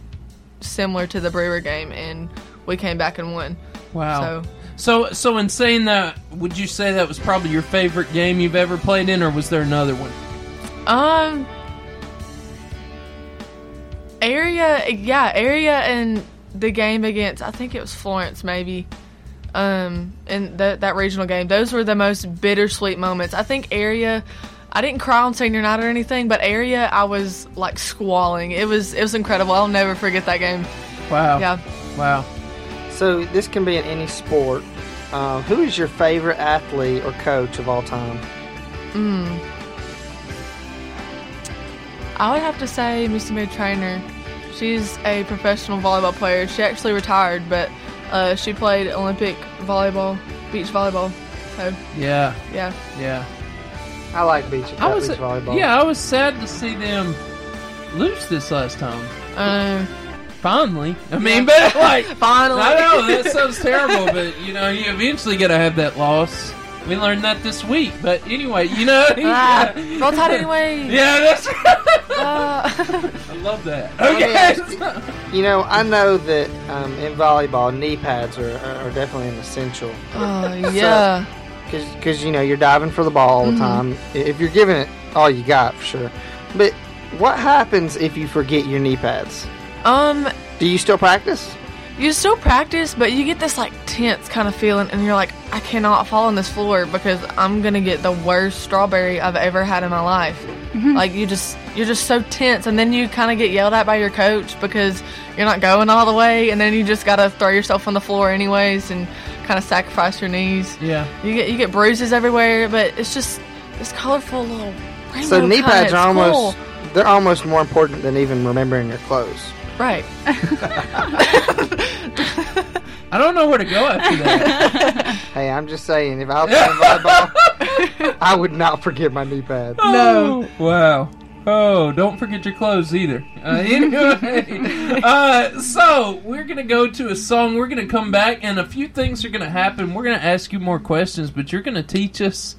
[SPEAKER 12] similar to the Brewer game, and we came back and won.
[SPEAKER 8] Wow. So, so, in saying that, would you say that was probably your favorite game you've ever played in, or was there another one?
[SPEAKER 12] Um, area, yeah, area, and the game against I think it was Florence, maybe. Um, and th- that regional game, those were the most bittersweet moments. I think area, I didn't cry on senior night or anything, but area, I was like squalling. It was it was incredible. I'll never forget that game.
[SPEAKER 8] Wow.
[SPEAKER 12] Yeah.
[SPEAKER 8] Wow.
[SPEAKER 9] So this can be in any sport. Um, who is your favorite athlete or coach of all time?
[SPEAKER 12] Mm. I would have to say Missy Mood Trainer. She's a professional volleyball player. She actually retired, but uh, she played Olympic volleyball, beach volleyball. So
[SPEAKER 8] Yeah.
[SPEAKER 12] yeah,
[SPEAKER 8] Yeah.
[SPEAKER 9] I like beach,
[SPEAKER 8] I was
[SPEAKER 9] beach volleyball.
[SPEAKER 8] yeah, I was sad to see them lose this last time.
[SPEAKER 12] Um,
[SPEAKER 8] finally, I mean, but like
[SPEAKER 12] Finally.
[SPEAKER 8] I know that sounds terrible, but you know, you eventually got to have that loss. We learned that this week, but anyway, you know,
[SPEAKER 12] Ah, roll tide anyway.
[SPEAKER 8] Yeah, that's
[SPEAKER 12] Uh,
[SPEAKER 8] I love that.
[SPEAKER 9] Let me
[SPEAKER 8] Okay.
[SPEAKER 9] ask- you know, I know that um, in volleyball, knee pads are, are are definitely an essential.
[SPEAKER 12] oh yeah.
[SPEAKER 9] Because, you know, you're diving for the ball all the
[SPEAKER 12] Mhm.
[SPEAKER 9] time. I- If you're giving it all you got, for sure. But what happens if you forget your knee pads?
[SPEAKER 12] Um,
[SPEAKER 9] Do you still practice?
[SPEAKER 12] you still practice, but you get this like tense kind of feeling, and you're like, I cannot fall on this floor because I'm gonna get the worst strawberry I've ever had in my life. Like you just, you're just so tense, and then you kind of get yelled at by your coach because you're not going all the way, and then you just gotta throw yourself on the floor anyways, and kind of sacrifice your knees.
[SPEAKER 8] Yeah.
[SPEAKER 12] You get you get bruises everywhere, but it's just this colorful little.
[SPEAKER 9] so
[SPEAKER 12] rainbow
[SPEAKER 9] knee
[SPEAKER 12] kinda-
[SPEAKER 9] pads are
[SPEAKER 12] it's cool.
[SPEAKER 9] almost they're almost more important than even remembering your clothes.
[SPEAKER 12] right.
[SPEAKER 8] I don't know where to go after that.
[SPEAKER 9] hey, I'm just saying, if I was playing volleyball, I would not forget my knee pads.
[SPEAKER 8] No. Wow. Oh, don't forget your clothes either. Uh, anyway, uh, so we're gonna go to a song. We're gonna come back, and a few things are gonna happen. We're gonna ask you more questions, but you're gonna teach us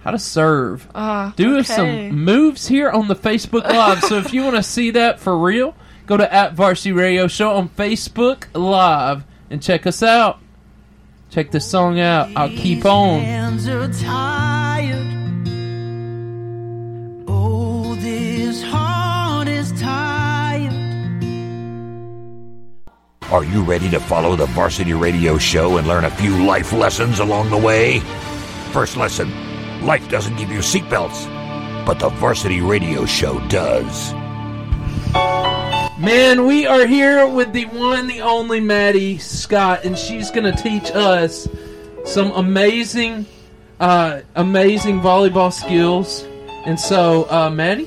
[SPEAKER 8] how to serve.
[SPEAKER 12] Ah,
[SPEAKER 8] Do us
[SPEAKER 12] okay.
[SPEAKER 8] some moves here on the Facebook Live. so if you want to see that for real, go to at Varsity Radio Show on Facebook Live and check us out. Check this song out. I'll keep on.
[SPEAKER 19] hands are tired. Oh, this heart is tired.
[SPEAKER 13] Are you ready to follow the Varsity Radio Show and learn a few life lessons along the way? First lesson life doesn't give you seatbelts, but the Varsity Radio Show does.
[SPEAKER 8] Man, we are here with the one, the only Maddie Scott, and she's going to teach us some amazing, uh, amazing volleyball skills. And so, uh, Maddie,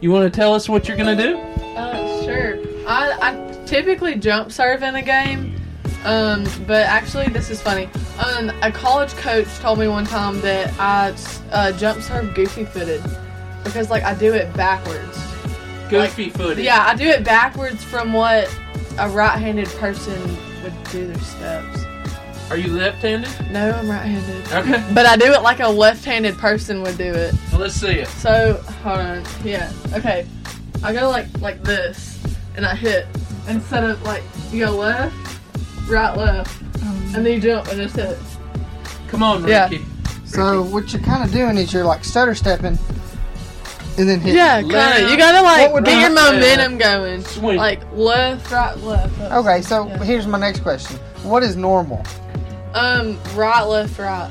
[SPEAKER 8] you want to tell us what you're going to do?
[SPEAKER 12] Uh, sure. I, I typically jump serve in a game, um, but actually, this is funny. Um, a college coach told me one time that I uh, jump serve goofy footed because, like, I do it backwards.
[SPEAKER 8] Goofy footed.
[SPEAKER 12] Yeah, I do it backwards from what a right handed person would do their steps.
[SPEAKER 8] Are you left-handed?
[SPEAKER 12] No, I'm right handed.
[SPEAKER 8] Okay.
[SPEAKER 12] But I do it like a left handed person would do it.
[SPEAKER 8] Well, let's see it.
[SPEAKER 12] So hold on, yeah, okay. I go like like this, and I hit instead of like you go left, right, left, and then you jump and just hit.
[SPEAKER 8] Come on,
[SPEAKER 12] Yeah.
[SPEAKER 8] Ricky.
[SPEAKER 9] So what you're kind of doing is you're like stutter stepping, and then hit.
[SPEAKER 12] Yeah, kind of. You gotta
[SPEAKER 9] What
[SPEAKER 12] like
[SPEAKER 9] would
[SPEAKER 12] get
[SPEAKER 9] be-
[SPEAKER 12] your momentum going.
[SPEAKER 9] Swing.
[SPEAKER 12] Like left, right, left. That's-
[SPEAKER 9] Okay, so here's my next question: What is normal?
[SPEAKER 12] Um, right, left, right.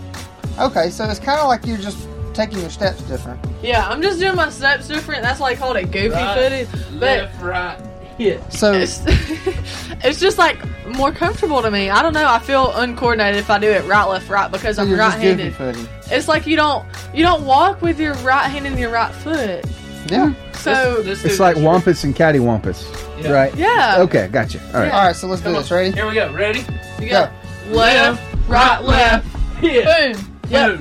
[SPEAKER 9] Okay, so it's kind of like you're just taking your steps different.
[SPEAKER 12] Yeah, I'm just doing my steps different. That's why I called it goofy
[SPEAKER 8] Right,
[SPEAKER 12] footed. But
[SPEAKER 8] Left, right. Yeah.
[SPEAKER 9] So
[SPEAKER 12] it's just like more comfortable to me. I don't know. I feel uncoordinated if I do it right, left, right because
[SPEAKER 9] so
[SPEAKER 12] I'm
[SPEAKER 9] you're just
[SPEAKER 12] right-handed.
[SPEAKER 9] goofy footing.
[SPEAKER 12] It's like you don't you don't walk with your right hand and your right foot.
[SPEAKER 9] Yeah.
[SPEAKER 12] So
[SPEAKER 10] It's like wampus and cattywampus, right?
[SPEAKER 12] Yeah.
[SPEAKER 10] Okay, gotcha. All right.
[SPEAKER 9] All right, so let's do this. Ready?
[SPEAKER 8] Here we go. Ready?
[SPEAKER 12] You go left, right, left, boom. Yep.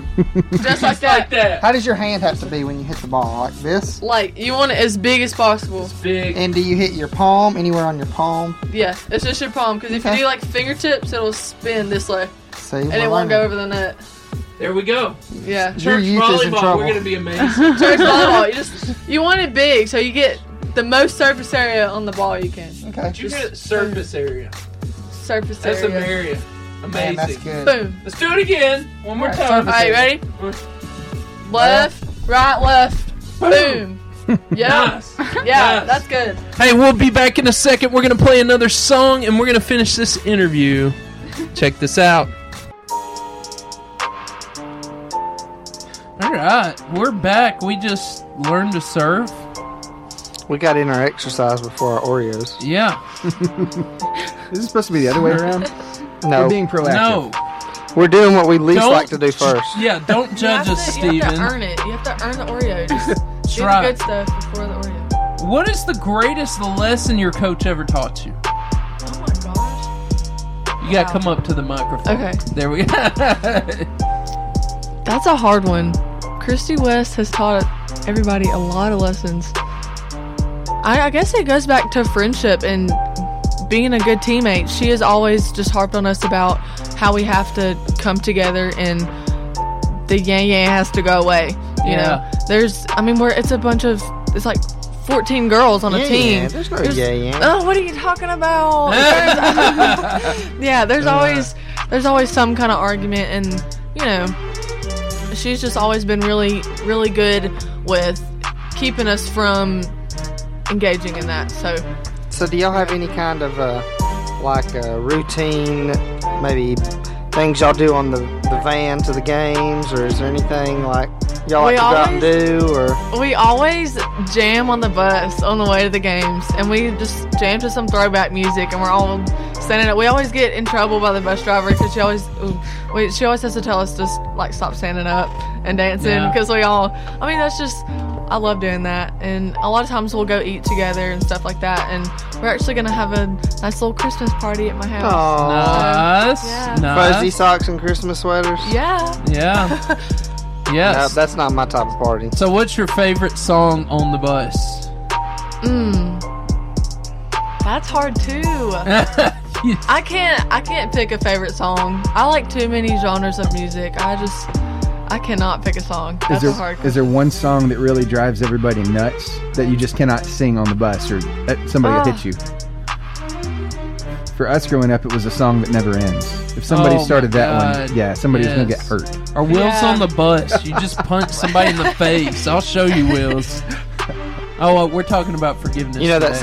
[SPEAKER 12] Just like that. like
[SPEAKER 8] that.
[SPEAKER 9] How does your hand have to be when you hit the ball? Like this?
[SPEAKER 12] Like you want it as big as possible.
[SPEAKER 8] big.
[SPEAKER 9] And do you hit your palm anywhere on your palm?
[SPEAKER 12] Yeah, it's just your palm because if you
[SPEAKER 9] Okay.
[SPEAKER 12] do like fingertips, it'll spin this way
[SPEAKER 9] See,
[SPEAKER 12] and
[SPEAKER 9] we're
[SPEAKER 12] it won't
[SPEAKER 9] learning.
[SPEAKER 12] go over the net.
[SPEAKER 8] There we go.
[SPEAKER 12] Yeah.
[SPEAKER 8] Church volleyball. We're gonna be amazing.
[SPEAKER 12] Church volleyball. You just you want it big, so you get the most surface area on the ball you can.
[SPEAKER 9] Okay.
[SPEAKER 8] Did you hear that? surface area?
[SPEAKER 12] Surface
[SPEAKER 8] That's
[SPEAKER 12] area.
[SPEAKER 8] an area. Amazing.
[SPEAKER 12] Man, that's good. Boom.
[SPEAKER 8] Let's do it again. One more
[SPEAKER 12] All right,
[SPEAKER 8] time.
[SPEAKER 12] surface All right, area. Left, right, left. Boom. Yeah.
[SPEAKER 8] Nice.
[SPEAKER 12] Yeah. That's
[SPEAKER 8] Nice.
[SPEAKER 12] good.
[SPEAKER 8] Hey, we'll be back in a second. We're going to play another song and we're going to finish this interview. Check this out. All right, we're back. We just learned to surf.
[SPEAKER 9] We got in our exercise before our Oreos.
[SPEAKER 8] Yeah.
[SPEAKER 9] Is this supposed to be
[SPEAKER 10] the other way around?
[SPEAKER 9] No.
[SPEAKER 10] We're being proactive.
[SPEAKER 8] No.
[SPEAKER 9] We're doing what we least
[SPEAKER 8] Don't
[SPEAKER 9] like to do first.
[SPEAKER 8] Yeah, don't judge
[SPEAKER 12] you have
[SPEAKER 8] us,
[SPEAKER 12] to, You have to
[SPEAKER 8] Steven.
[SPEAKER 12] earn it. You have to earn the Oreo. Just do
[SPEAKER 8] right.
[SPEAKER 12] the good stuff before the Oreo.
[SPEAKER 8] What is the greatest lesson your coach ever taught you?
[SPEAKER 12] Oh my gosh.
[SPEAKER 8] You got to come up to the microphone.
[SPEAKER 12] Okay.
[SPEAKER 8] There we go.
[SPEAKER 12] That's a hard one. Christy West has taught everybody a lot of lessons. I, I guess it goes back to friendship and being a good teammate. She has always just harped on us about how we have to come together and the yang yang has to go away. You
[SPEAKER 8] Yeah.
[SPEAKER 12] know, there's, I mean, we're, it's a bunch of, it's like 14 girls on a
[SPEAKER 9] Yeah,
[SPEAKER 12] team.
[SPEAKER 9] yeah, there's no yang yang.
[SPEAKER 12] Oh, what are you talking about? There's- yeah, there's
[SPEAKER 9] Yeah.
[SPEAKER 12] always there's always some kind of argument, and you know, she's just always been really really good with keeping us from engaging in that. So
[SPEAKER 9] So, do y'all have any kind of uh, like uh, routine, maybe things y'all do on the, the van to the games, or is there anything like y'all like
[SPEAKER 12] We
[SPEAKER 9] to go out and do? Or
[SPEAKER 12] we always jam on the bus on the way to the games, and we just jam to some throwback music, and we're all standing up. We always get in trouble by the bus driver because she always, we, she always has to tell us to s- like stop standing up and dancing
[SPEAKER 17] Yeah.
[SPEAKER 12] because we all. I mean, that's just I love doing that, and a lot of times we'll go eat together and stuff like that, and we're actually gonna have a nice little Christmas party at my house.
[SPEAKER 9] Aw.
[SPEAKER 12] So, yeah.
[SPEAKER 9] fuzzy socks and Christmas sweaters?
[SPEAKER 12] Yeah.
[SPEAKER 8] Yeah. yes.
[SPEAKER 9] that's not my type of party.
[SPEAKER 8] So, what's your favorite song on the bus?
[SPEAKER 12] Mm. That's hard too. I can't I can't pick a favorite song. I like too many genres of music. I just I cannot pick a song.
[SPEAKER 10] Is
[SPEAKER 12] That's a hard
[SPEAKER 10] there, is there one song that really drives everybody nuts that you just cannot sing on the bus or that somebody will
[SPEAKER 12] Ah.
[SPEAKER 10] hit you? For us growing up, it was a song that never ends. If somebody
[SPEAKER 8] Oh my
[SPEAKER 10] started that
[SPEAKER 8] God.
[SPEAKER 10] one, yeah, somebody's gonna get
[SPEAKER 8] Yes.
[SPEAKER 10] hurt.
[SPEAKER 8] Or Will's on the bus. You just punch somebody in the face. I'll show you, Will's. Oh, uh, we're talking about forgiveness.
[SPEAKER 9] You know that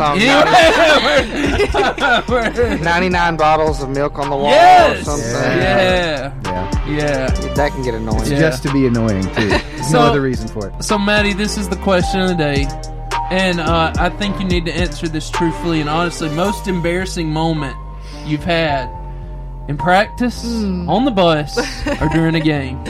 [SPEAKER 8] today.
[SPEAKER 9] song,
[SPEAKER 8] Yeah.
[SPEAKER 9] Ninety nine bottles of milk on the wall or
[SPEAKER 8] Yes.
[SPEAKER 9] something.
[SPEAKER 8] Yeah.
[SPEAKER 10] Yeah.
[SPEAKER 8] Yeah.
[SPEAKER 9] That can get annoying.
[SPEAKER 10] It's just to be annoying too. There's
[SPEAKER 8] So-
[SPEAKER 10] no other reason for it.
[SPEAKER 8] So, Maddie, this is the question of the day. And uh, I think you need to answer this truthfully and honestly. Most embarrassing moment you've had in practice,
[SPEAKER 10] Hmm.
[SPEAKER 8] on the bus, or during a game?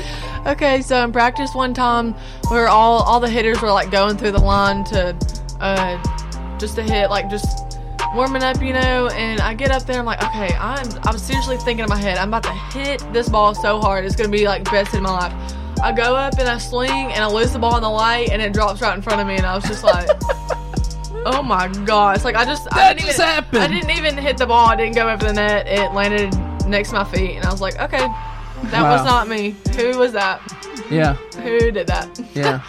[SPEAKER 12] Okay, so in practice one time, we were all all the hitters were like going through the line to uh, just to hit, like just warming up, you know. And I get up there, I'm like, okay, I'm I'm seriously thinking in my head, I'm about to hit this ball so hard, it's gonna be like best in my life. I go up and I swing and I lose the ball in the light and it drops right in front of me, and I was just like. Oh my gosh! Like I just I
[SPEAKER 8] That
[SPEAKER 12] didn't
[SPEAKER 8] just
[SPEAKER 12] even,
[SPEAKER 8] happened.
[SPEAKER 12] I didn't even hit the ball. I didn't go over the net. It landed next to my feet, and I was like, okay, that
[SPEAKER 8] Wow.
[SPEAKER 12] was not me. Who was that?
[SPEAKER 8] Yeah.
[SPEAKER 12] Who did that?
[SPEAKER 8] Yeah.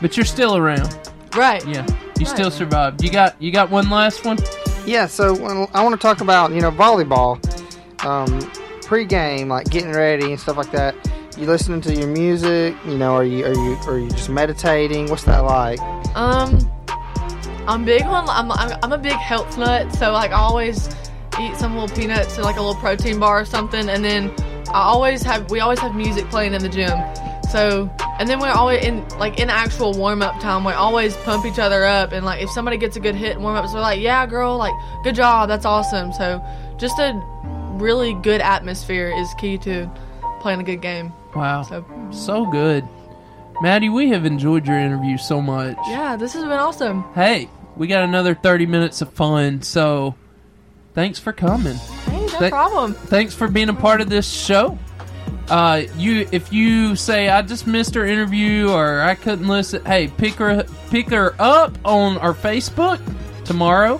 [SPEAKER 8] but you're still around.
[SPEAKER 12] Right.
[SPEAKER 8] Yeah. You
[SPEAKER 12] Right.
[SPEAKER 8] still survived. You got you got one last one?
[SPEAKER 9] Yeah, so when, I want to talk about you know volleyball, um, pre-game like getting ready and stuff like that. You listening to your music, you know? Are you are you are you just meditating? What's that like?
[SPEAKER 12] Um, I'm big on. I'm, I'm, I'm a big health nut, so like I always eat some little peanuts and like a little protein bar or something, and then I always have. We always have music playing in the gym. So, and then we're always in like in actual warm up time. We always pump each other up, and like if somebody gets a good hit in warm ups, we're like, "Yeah, girl, like good job, that's awesome." So, just a really good atmosphere is key to playing a good game.
[SPEAKER 8] Wow.
[SPEAKER 12] So-
[SPEAKER 8] so good. Maddie, we have enjoyed your interview so much.
[SPEAKER 12] Yeah, this has been awesome.
[SPEAKER 8] Hey, we got another 30 minutes of fun, so thanks for coming.
[SPEAKER 12] Hey, no
[SPEAKER 8] Tha-
[SPEAKER 12] problem.
[SPEAKER 8] Thanks for being a part of this show. Uh, you, if you say I just missed her interview or I couldn't listen, hey, pick her, pick her up on our Facebook tomorrow.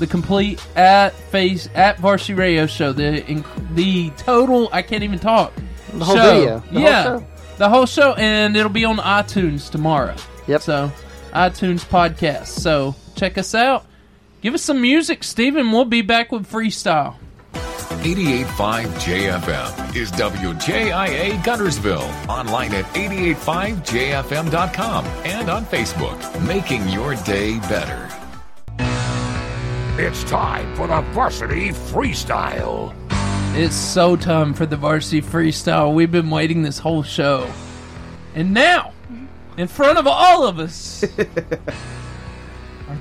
[SPEAKER 8] The complete at face at Varsity Radio Show. The inc- the total I can't even talk.
[SPEAKER 9] The whole
[SPEAKER 8] show.
[SPEAKER 9] video. The whole
[SPEAKER 8] yeah,
[SPEAKER 9] show.
[SPEAKER 8] the whole show, and it'll be on iTunes tomorrow. Yep. So, iTunes podcast. So check us out. Give us some music, Steven. We'll be back with freestyle.
[SPEAKER 20] 885 JFM is WJIA Guntersville. Online at 885JFM.com and on Facebook. Making your day better.
[SPEAKER 13] It's time for the varsity freestyle.
[SPEAKER 8] It's so time for the varsity freestyle. We've been waiting this whole show. And now, in front of all of us, are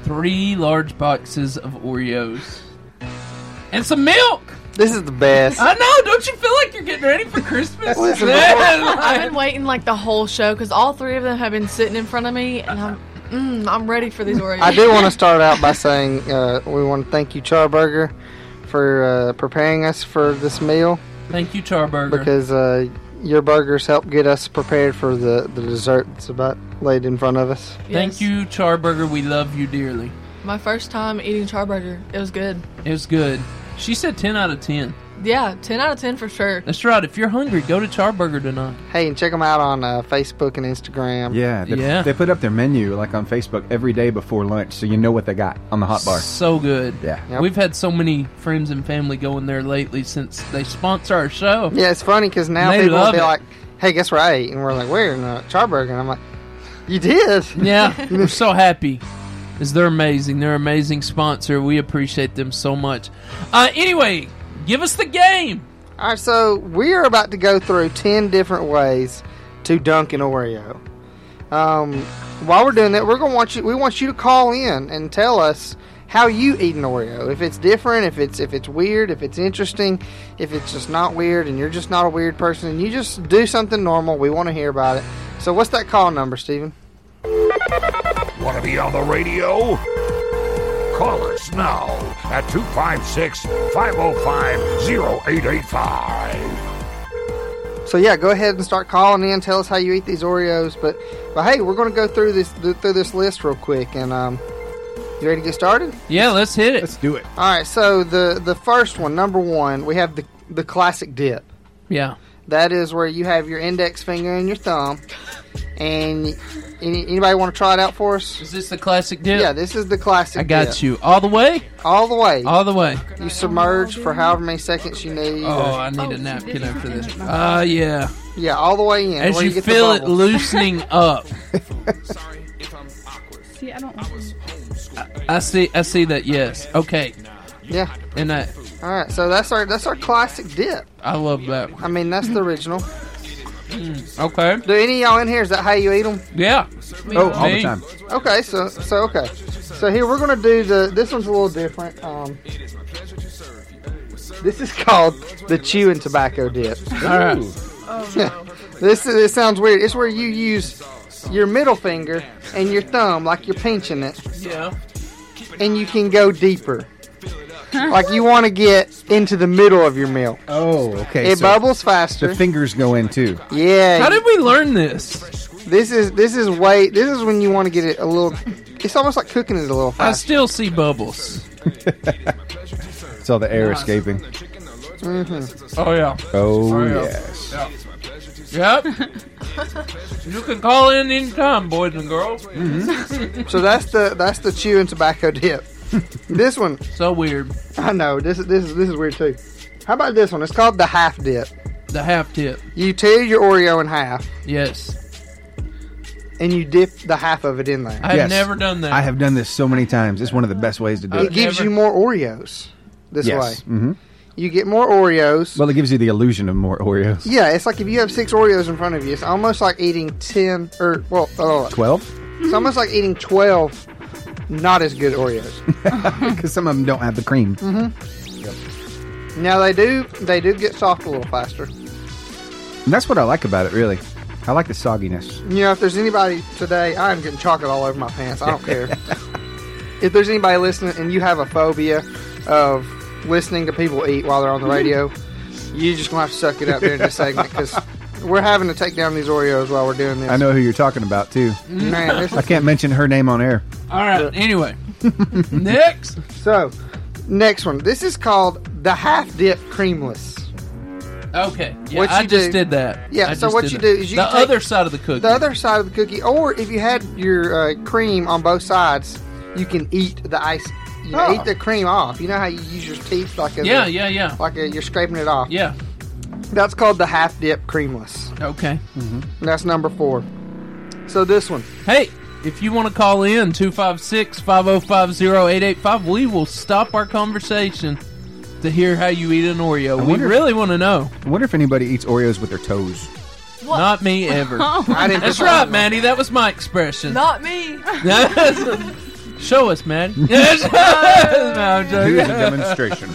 [SPEAKER 8] three large boxes of Oreos and some milk.
[SPEAKER 9] This is the best.
[SPEAKER 8] I know. Don't you feel like you're getting ready for Christmas? Man,
[SPEAKER 12] I've been waiting like the whole show because all three of them have been sitting in front of me, and I'm mm, I'm ready for these Oreos.
[SPEAKER 9] I do want to start out by saying uh, we want to thank you, Charburger, for uh, preparing us for this meal
[SPEAKER 8] Thank you, Charburger.
[SPEAKER 9] because uh, your burgers helped get us prepared for the, the dessert that's about laid in front of us.
[SPEAKER 8] Thank you, Charburger. We love you dearly.
[SPEAKER 12] My first time eating charburger, it was good.
[SPEAKER 8] It was good. She said 10 out of 10.
[SPEAKER 12] Yeah, ten out of ten for sure.
[SPEAKER 8] That's right. If you're hungry, go to Charburger tonight.
[SPEAKER 9] Hey, and check them out on uh, Facebook and Instagram.
[SPEAKER 10] Yeah, they,
[SPEAKER 8] Yeah.
[SPEAKER 10] They put up their menu like on Facebook every day before lunch, so you know what they got on the hot bar.
[SPEAKER 8] So good.
[SPEAKER 10] Yeah.
[SPEAKER 8] We've had so many friends and family going there lately since they sponsor our show.
[SPEAKER 9] Yeah, it's funny because now
[SPEAKER 8] They
[SPEAKER 9] people will
[SPEAKER 8] love
[SPEAKER 9] be
[SPEAKER 8] it.
[SPEAKER 9] like, "Hey, guess what I ate?" And we're like, "Where?" And uh, Charburger. And I'm like, "You did."
[SPEAKER 8] Yeah, we're so happy. Is they're amazing. They're an amazing sponsor. We appreciate them so much. Uh, anyway, give us the game.
[SPEAKER 9] All right, so we are about to go through 10 different ways to dunk an Oreo. Um, while we're doing that, we're going to want you we want you to call in and tell us how you eat an Oreo. If it's different, if it's if it's weird, if it's interesting, if it's just not weird and you're just not a weird person and you just do something normal, we want to hear about it. So what's that call number, Steven?
[SPEAKER 13] Want to be on the radio? Call us now at 256 505 0885.
[SPEAKER 9] So yeah, go ahead and start calling in. Tell us how you eat these Oreos. But but hey, we're going to go through this through this list real quick. And um, you ready to get started?
[SPEAKER 8] Yeah, let's hit it. Let's
[SPEAKER 10] do it.
[SPEAKER 9] All right. So the the first one, number one, we have the the classic dip.
[SPEAKER 8] Yeah.
[SPEAKER 9] That is where you have your index finger and your thumb. And any, anybody want to try it out for us?
[SPEAKER 8] Is this the classic dip?
[SPEAKER 9] Yeah, this is the classic.
[SPEAKER 8] I got
[SPEAKER 9] dip.
[SPEAKER 8] you all the way.
[SPEAKER 9] All the way.
[SPEAKER 8] All the way.
[SPEAKER 9] You submerge for however many seconds you need.
[SPEAKER 8] Oh, I need a napkin after this. Uh, yeah.
[SPEAKER 9] Yeah, all the way in.
[SPEAKER 8] As
[SPEAKER 9] where
[SPEAKER 8] you,
[SPEAKER 9] you get the
[SPEAKER 8] feel it
[SPEAKER 9] bubbles.
[SPEAKER 8] loosening up,
[SPEAKER 17] See, I don't.
[SPEAKER 8] I see. I see that. Yes. Okay.
[SPEAKER 9] Yeah.
[SPEAKER 8] And that.
[SPEAKER 9] All right. So that's our that's our classic dip.
[SPEAKER 8] I love that.
[SPEAKER 9] I mean, that's the original.
[SPEAKER 8] Okay.
[SPEAKER 9] Do any of y'all in here? Is that how you eat them?
[SPEAKER 8] Yeah.
[SPEAKER 10] Oh, all the time.
[SPEAKER 9] Okay, so so okay, so here we're gonna do the. This one's a little different. Um, this is called the chew and tobacco dip.
[SPEAKER 8] All right.
[SPEAKER 9] this is, it sounds weird. It's where you use your middle finger and your thumb like you're pinching it,
[SPEAKER 8] Yeah.
[SPEAKER 9] and you can go deeper. like you want to get into the middle of your milk.
[SPEAKER 10] Oh, okay.
[SPEAKER 9] It bubbles faster.
[SPEAKER 10] The fingers go in too.
[SPEAKER 9] Yeah.
[SPEAKER 10] How
[SPEAKER 8] did we learn this?
[SPEAKER 9] This is this is way. This is when you want to get it a little. It's almost like cooking it a little
[SPEAKER 8] I
[SPEAKER 9] faster.
[SPEAKER 8] still see bubbles.
[SPEAKER 10] It's all the air escaping.
[SPEAKER 9] Mhm.
[SPEAKER 8] Oh yeah.
[SPEAKER 10] Oh,
[SPEAKER 8] Oh, yeah.
[SPEAKER 10] yes.
[SPEAKER 8] Yep. you can call in anytime, boys and girls.
[SPEAKER 9] Mm-hmm. so that's the that's the chew and tobacco dip. this one
[SPEAKER 8] so weird.
[SPEAKER 9] I know this is this is this is weird too. How about this one? It's called the half dip.
[SPEAKER 8] The half dip.
[SPEAKER 9] You tear your Oreo in half
[SPEAKER 8] Yes.
[SPEAKER 9] and you dip the half of it in there.
[SPEAKER 8] I've never done that.
[SPEAKER 10] I have done this so many times. It's one of the best ways to do
[SPEAKER 9] it gives you more Oreos this
[SPEAKER 10] yes.
[SPEAKER 9] way.
[SPEAKER 10] hmm
[SPEAKER 9] You get more Oreos.
[SPEAKER 10] Well, it gives you the illusion of more Oreos.
[SPEAKER 9] Yeah, it's like if you have six Oreos in front of you, it's almost like eating ten or well, oh,
[SPEAKER 10] Twelve,
[SPEAKER 9] it's almost like eating twelve not as good Oreos.
[SPEAKER 10] because some of them don't have the cream.
[SPEAKER 9] Mm-hmm. Now they do they do get soft a little faster.
[SPEAKER 10] And that's what I like about it, really. I like the sogginess.
[SPEAKER 9] You know, if there's anybody today, I am getting chocolate all over my pants. I don't care. if there's anybody listening and you have a phobia of listening to people eat while they're on the radio, you just gonna have to suck it up during this segment because we're having to take down these Oreos while we're doing this.
[SPEAKER 10] I know who you're talking about too.
[SPEAKER 9] Man, this is-
[SPEAKER 10] I can't mention her name on air.
[SPEAKER 8] All right. Anyway, next.
[SPEAKER 9] So, next one. This is called the half dip creamless.
[SPEAKER 8] Okay. Yeah,
[SPEAKER 9] What
[SPEAKER 8] I
[SPEAKER 9] you
[SPEAKER 8] just
[SPEAKER 9] do-
[SPEAKER 8] did that.
[SPEAKER 9] Yeah,
[SPEAKER 8] I
[SPEAKER 9] so
[SPEAKER 8] just
[SPEAKER 9] what
[SPEAKER 8] did
[SPEAKER 9] you
[SPEAKER 8] that.
[SPEAKER 9] do is you
[SPEAKER 8] the
[SPEAKER 9] take-
[SPEAKER 8] other side of the cookie.
[SPEAKER 9] The other side of the cookie, or if you had your uh, cream on both sides, you can eat the ice. You know,
[SPEAKER 8] Oh.
[SPEAKER 9] eat the cream off. You know how you use your teeth like a
[SPEAKER 8] Yeah, yeah, yeah.
[SPEAKER 9] Like a, you're scraping it off.
[SPEAKER 8] Yeah.
[SPEAKER 9] That's called the half dip creamless.
[SPEAKER 8] Okay.
[SPEAKER 10] Mm-hmm.
[SPEAKER 9] And that's number four. So this one.
[SPEAKER 8] Hey, if you want to call in 256-5050-885, we will stop our conversation to hear how you eat an Oreo. We
[SPEAKER 10] wonder if-
[SPEAKER 8] really want to know.
[SPEAKER 10] I wonder if anybody eats Oreos with their toes.
[SPEAKER 8] Not me ever.
[SPEAKER 10] Oh. I didn't
[SPEAKER 8] That's
[SPEAKER 10] put
[SPEAKER 8] right,
[SPEAKER 10] that on.
[SPEAKER 8] Maddie. That was my expression.
[SPEAKER 12] Not me.
[SPEAKER 8] Show us, Maddie. no, I'm joking.
[SPEAKER 10] Here's a demonstration.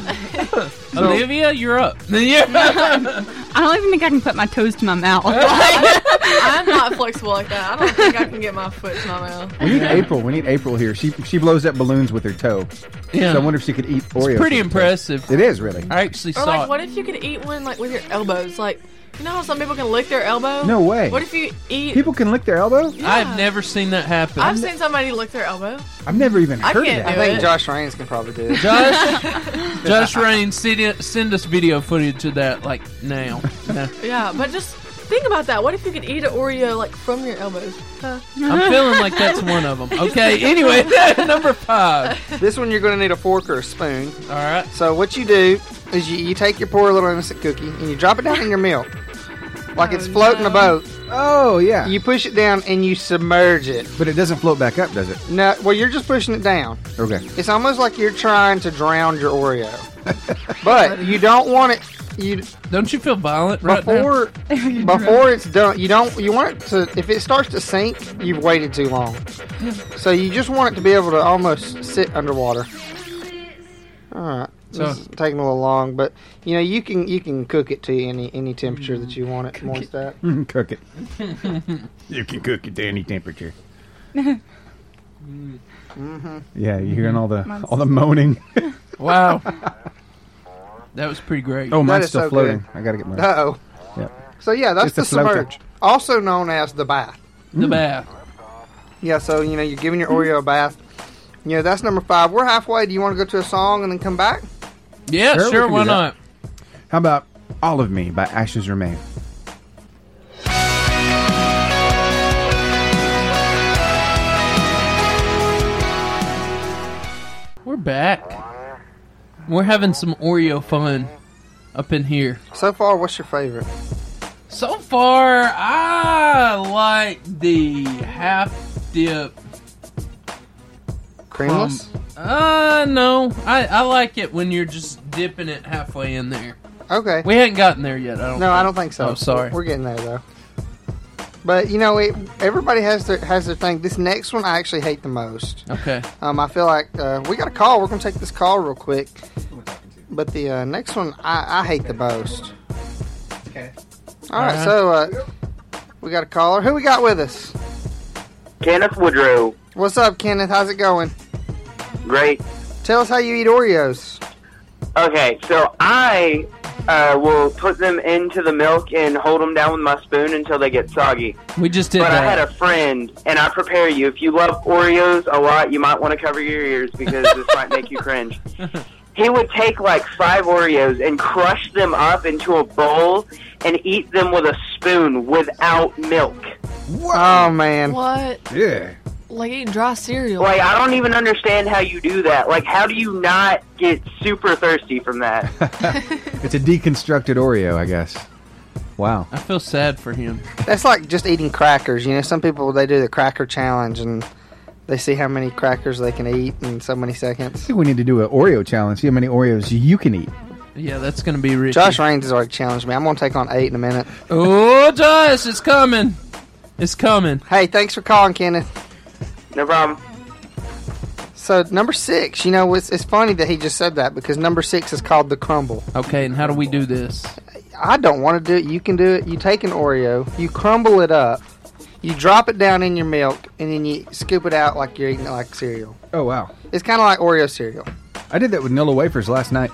[SPEAKER 8] Olivia, you're up.
[SPEAKER 17] I don't even think I can put my toes to my mouth.
[SPEAKER 12] I'm not flexible like that. I don't think I can get my foot to my mouth.
[SPEAKER 10] We need April. We need April here. She she blows up balloons with her toe.
[SPEAKER 8] Yeah.
[SPEAKER 10] So I wonder if she could eat Oreos.
[SPEAKER 8] pretty
[SPEAKER 10] with her toe.
[SPEAKER 8] impressive.
[SPEAKER 10] It is really.
[SPEAKER 8] I actually
[SPEAKER 12] Or like, what if you could eat one like with your elbows? Like, you know how some people can lick their elbow?
[SPEAKER 8] No way.
[SPEAKER 12] What if you eat?
[SPEAKER 10] People can lick their elbow.
[SPEAKER 8] I've never seen that happen.
[SPEAKER 12] I've seen somebody lick their elbow.
[SPEAKER 10] I've never even
[SPEAKER 12] I heard of can't that. do
[SPEAKER 9] I think
[SPEAKER 12] it.
[SPEAKER 9] Josh Raines can probably do it.
[SPEAKER 8] Josh, Josh Rain, send, send us video footage of that, like now. Nah.
[SPEAKER 12] Yeah, but just think about that. What if you could eat an Oreo like from your elbows? Huh?
[SPEAKER 8] I'm feeling like that's one of them. Okay, anyway, number five.
[SPEAKER 9] This one you're going to need a fork or a spoon.
[SPEAKER 8] All right.
[SPEAKER 9] So what you do is you, you take your poor little innocent cookie and you drop it down in your milk, like it's floating about.
[SPEAKER 10] Oh yeah.
[SPEAKER 9] You push it down and you submerge it.
[SPEAKER 10] But it doesn't float back up, does it?
[SPEAKER 9] No, well you're just pushing it down.
[SPEAKER 10] Okay.
[SPEAKER 9] It's almost like you're trying to drown your Oreo, but you don't want it. You
[SPEAKER 8] don't you feel violent right now?
[SPEAKER 9] before before it's done. You don't. You want it to. If it starts to sink, you've waited too long. So you just want it to be able to almost sit underwater. All right.
[SPEAKER 8] So-
[SPEAKER 9] this is taking a little long, but you know you can you can cook it to any any temperature that you want it. Once that.
[SPEAKER 10] cook it. You can cook it to any temperature.
[SPEAKER 9] mm-hmm.
[SPEAKER 10] Yeah, you hearing all the all the moaning.
[SPEAKER 8] Wow. That was pretty great.
[SPEAKER 10] Oh, mine's still floating. I gotta get mine.
[SPEAKER 9] Uh-oh.
[SPEAKER 10] Yep.
[SPEAKER 9] So yeah, that's
[SPEAKER 10] It's
[SPEAKER 9] the
[SPEAKER 10] a floater.
[SPEAKER 9] submerge, also known as the bath.
[SPEAKER 8] The bath.
[SPEAKER 9] Yeah, so you know you're giving your Oreo a bath. You know that's number five. We're halfway. Do you want to go to a song and then come back?
[SPEAKER 8] Yeah,
[SPEAKER 10] Sure, we
[SPEAKER 8] sure,
[SPEAKER 10] can
[SPEAKER 8] why
[SPEAKER 10] do that.
[SPEAKER 8] not?
[SPEAKER 10] How about "All of Me" by Ashes Remain?
[SPEAKER 8] We're back. We're having some Oreo fun up in here.
[SPEAKER 9] So far, what's your favorite?
[SPEAKER 8] So far, I like the half dip
[SPEAKER 9] Creamless?
[SPEAKER 8] Um, uh, no. I, I like it when you're just dipping it halfway in there.
[SPEAKER 9] Okay.
[SPEAKER 8] We hadn't gotten there yet. I don't.
[SPEAKER 9] No, I don't think so.
[SPEAKER 8] Oh, sorry.
[SPEAKER 9] We're getting there though. But you know, it, everybody has their has their thing. This next one I actually hate the most.
[SPEAKER 8] Okay.
[SPEAKER 9] Um, I feel like uh, we got a call. We're gonna take this call real quick. But the uh, next one I, I hate the most.
[SPEAKER 10] Okay.
[SPEAKER 9] All right, so uh, we got a caller. Who we got with us?
[SPEAKER 16] Kenneth Woodrow.
[SPEAKER 9] What's up, Kenneth? How's it going?
[SPEAKER 16] Great.
[SPEAKER 9] Tell us how you eat Oreos.
[SPEAKER 16] Okay, so I uh, will put them into the milk and hold them down with my spoon until they get soggy.
[SPEAKER 8] We just did
[SPEAKER 16] but I
[SPEAKER 8] that.
[SPEAKER 16] had a friend, and I prepare you. If you love Oreos a lot, you might want to cover your ears because this might make you cringe. He would take like five Oreos and crush them up into a bowl and eat them with a spoon without milk.
[SPEAKER 9] Oh man.
[SPEAKER 12] What?
[SPEAKER 10] Yeah.
[SPEAKER 12] Like eating dry cereal.
[SPEAKER 16] Like, I don't even understand how you do that. Like, how do you not get super thirsty from that?
[SPEAKER 10] It's a deconstructed Oreo, I guess. Wow.
[SPEAKER 8] I feel sad for him.
[SPEAKER 9] That's like just eating crackers. You know, some people they do the cracker challenge and they see how many crackers they can eat in so many
[SPEAKER 10] I
[SPEAKER 9] seconds.
[SPEAKER 10] think we need to do an Oreo challenge. See how many Oreos you can eat.
[SPEAKER 8] Yeah, that's gonna be rich.
[SPEAKER 9] Josh Raines has already challenged me. I'm gonna take on eight in a minute.
[SPEAKER 8] Oh, Josh, it's coming. It's coming.
[SPEAKER 9] Hey, thanks for calling, Kenneth.
[SPEAKER 16] No problem.
[SPEAKER 9] So number six, you know, it's, it's funny that he just said that because number six is called the crumble.
[SPEAKER 8] Okay, and how do we do this?
[SPEAKER 9] I don't want to do it. You can do it. You take an Oreo, you crumble it up, you drop it down in your milk, and then you scoop it out like you're eating it like cereal.
[SPEAKER 10] Oh wow.
[SPEAKER 9] It's kind of like Oreo cereal.
[SPEAKER 10] I did that with Nilla wafers last night.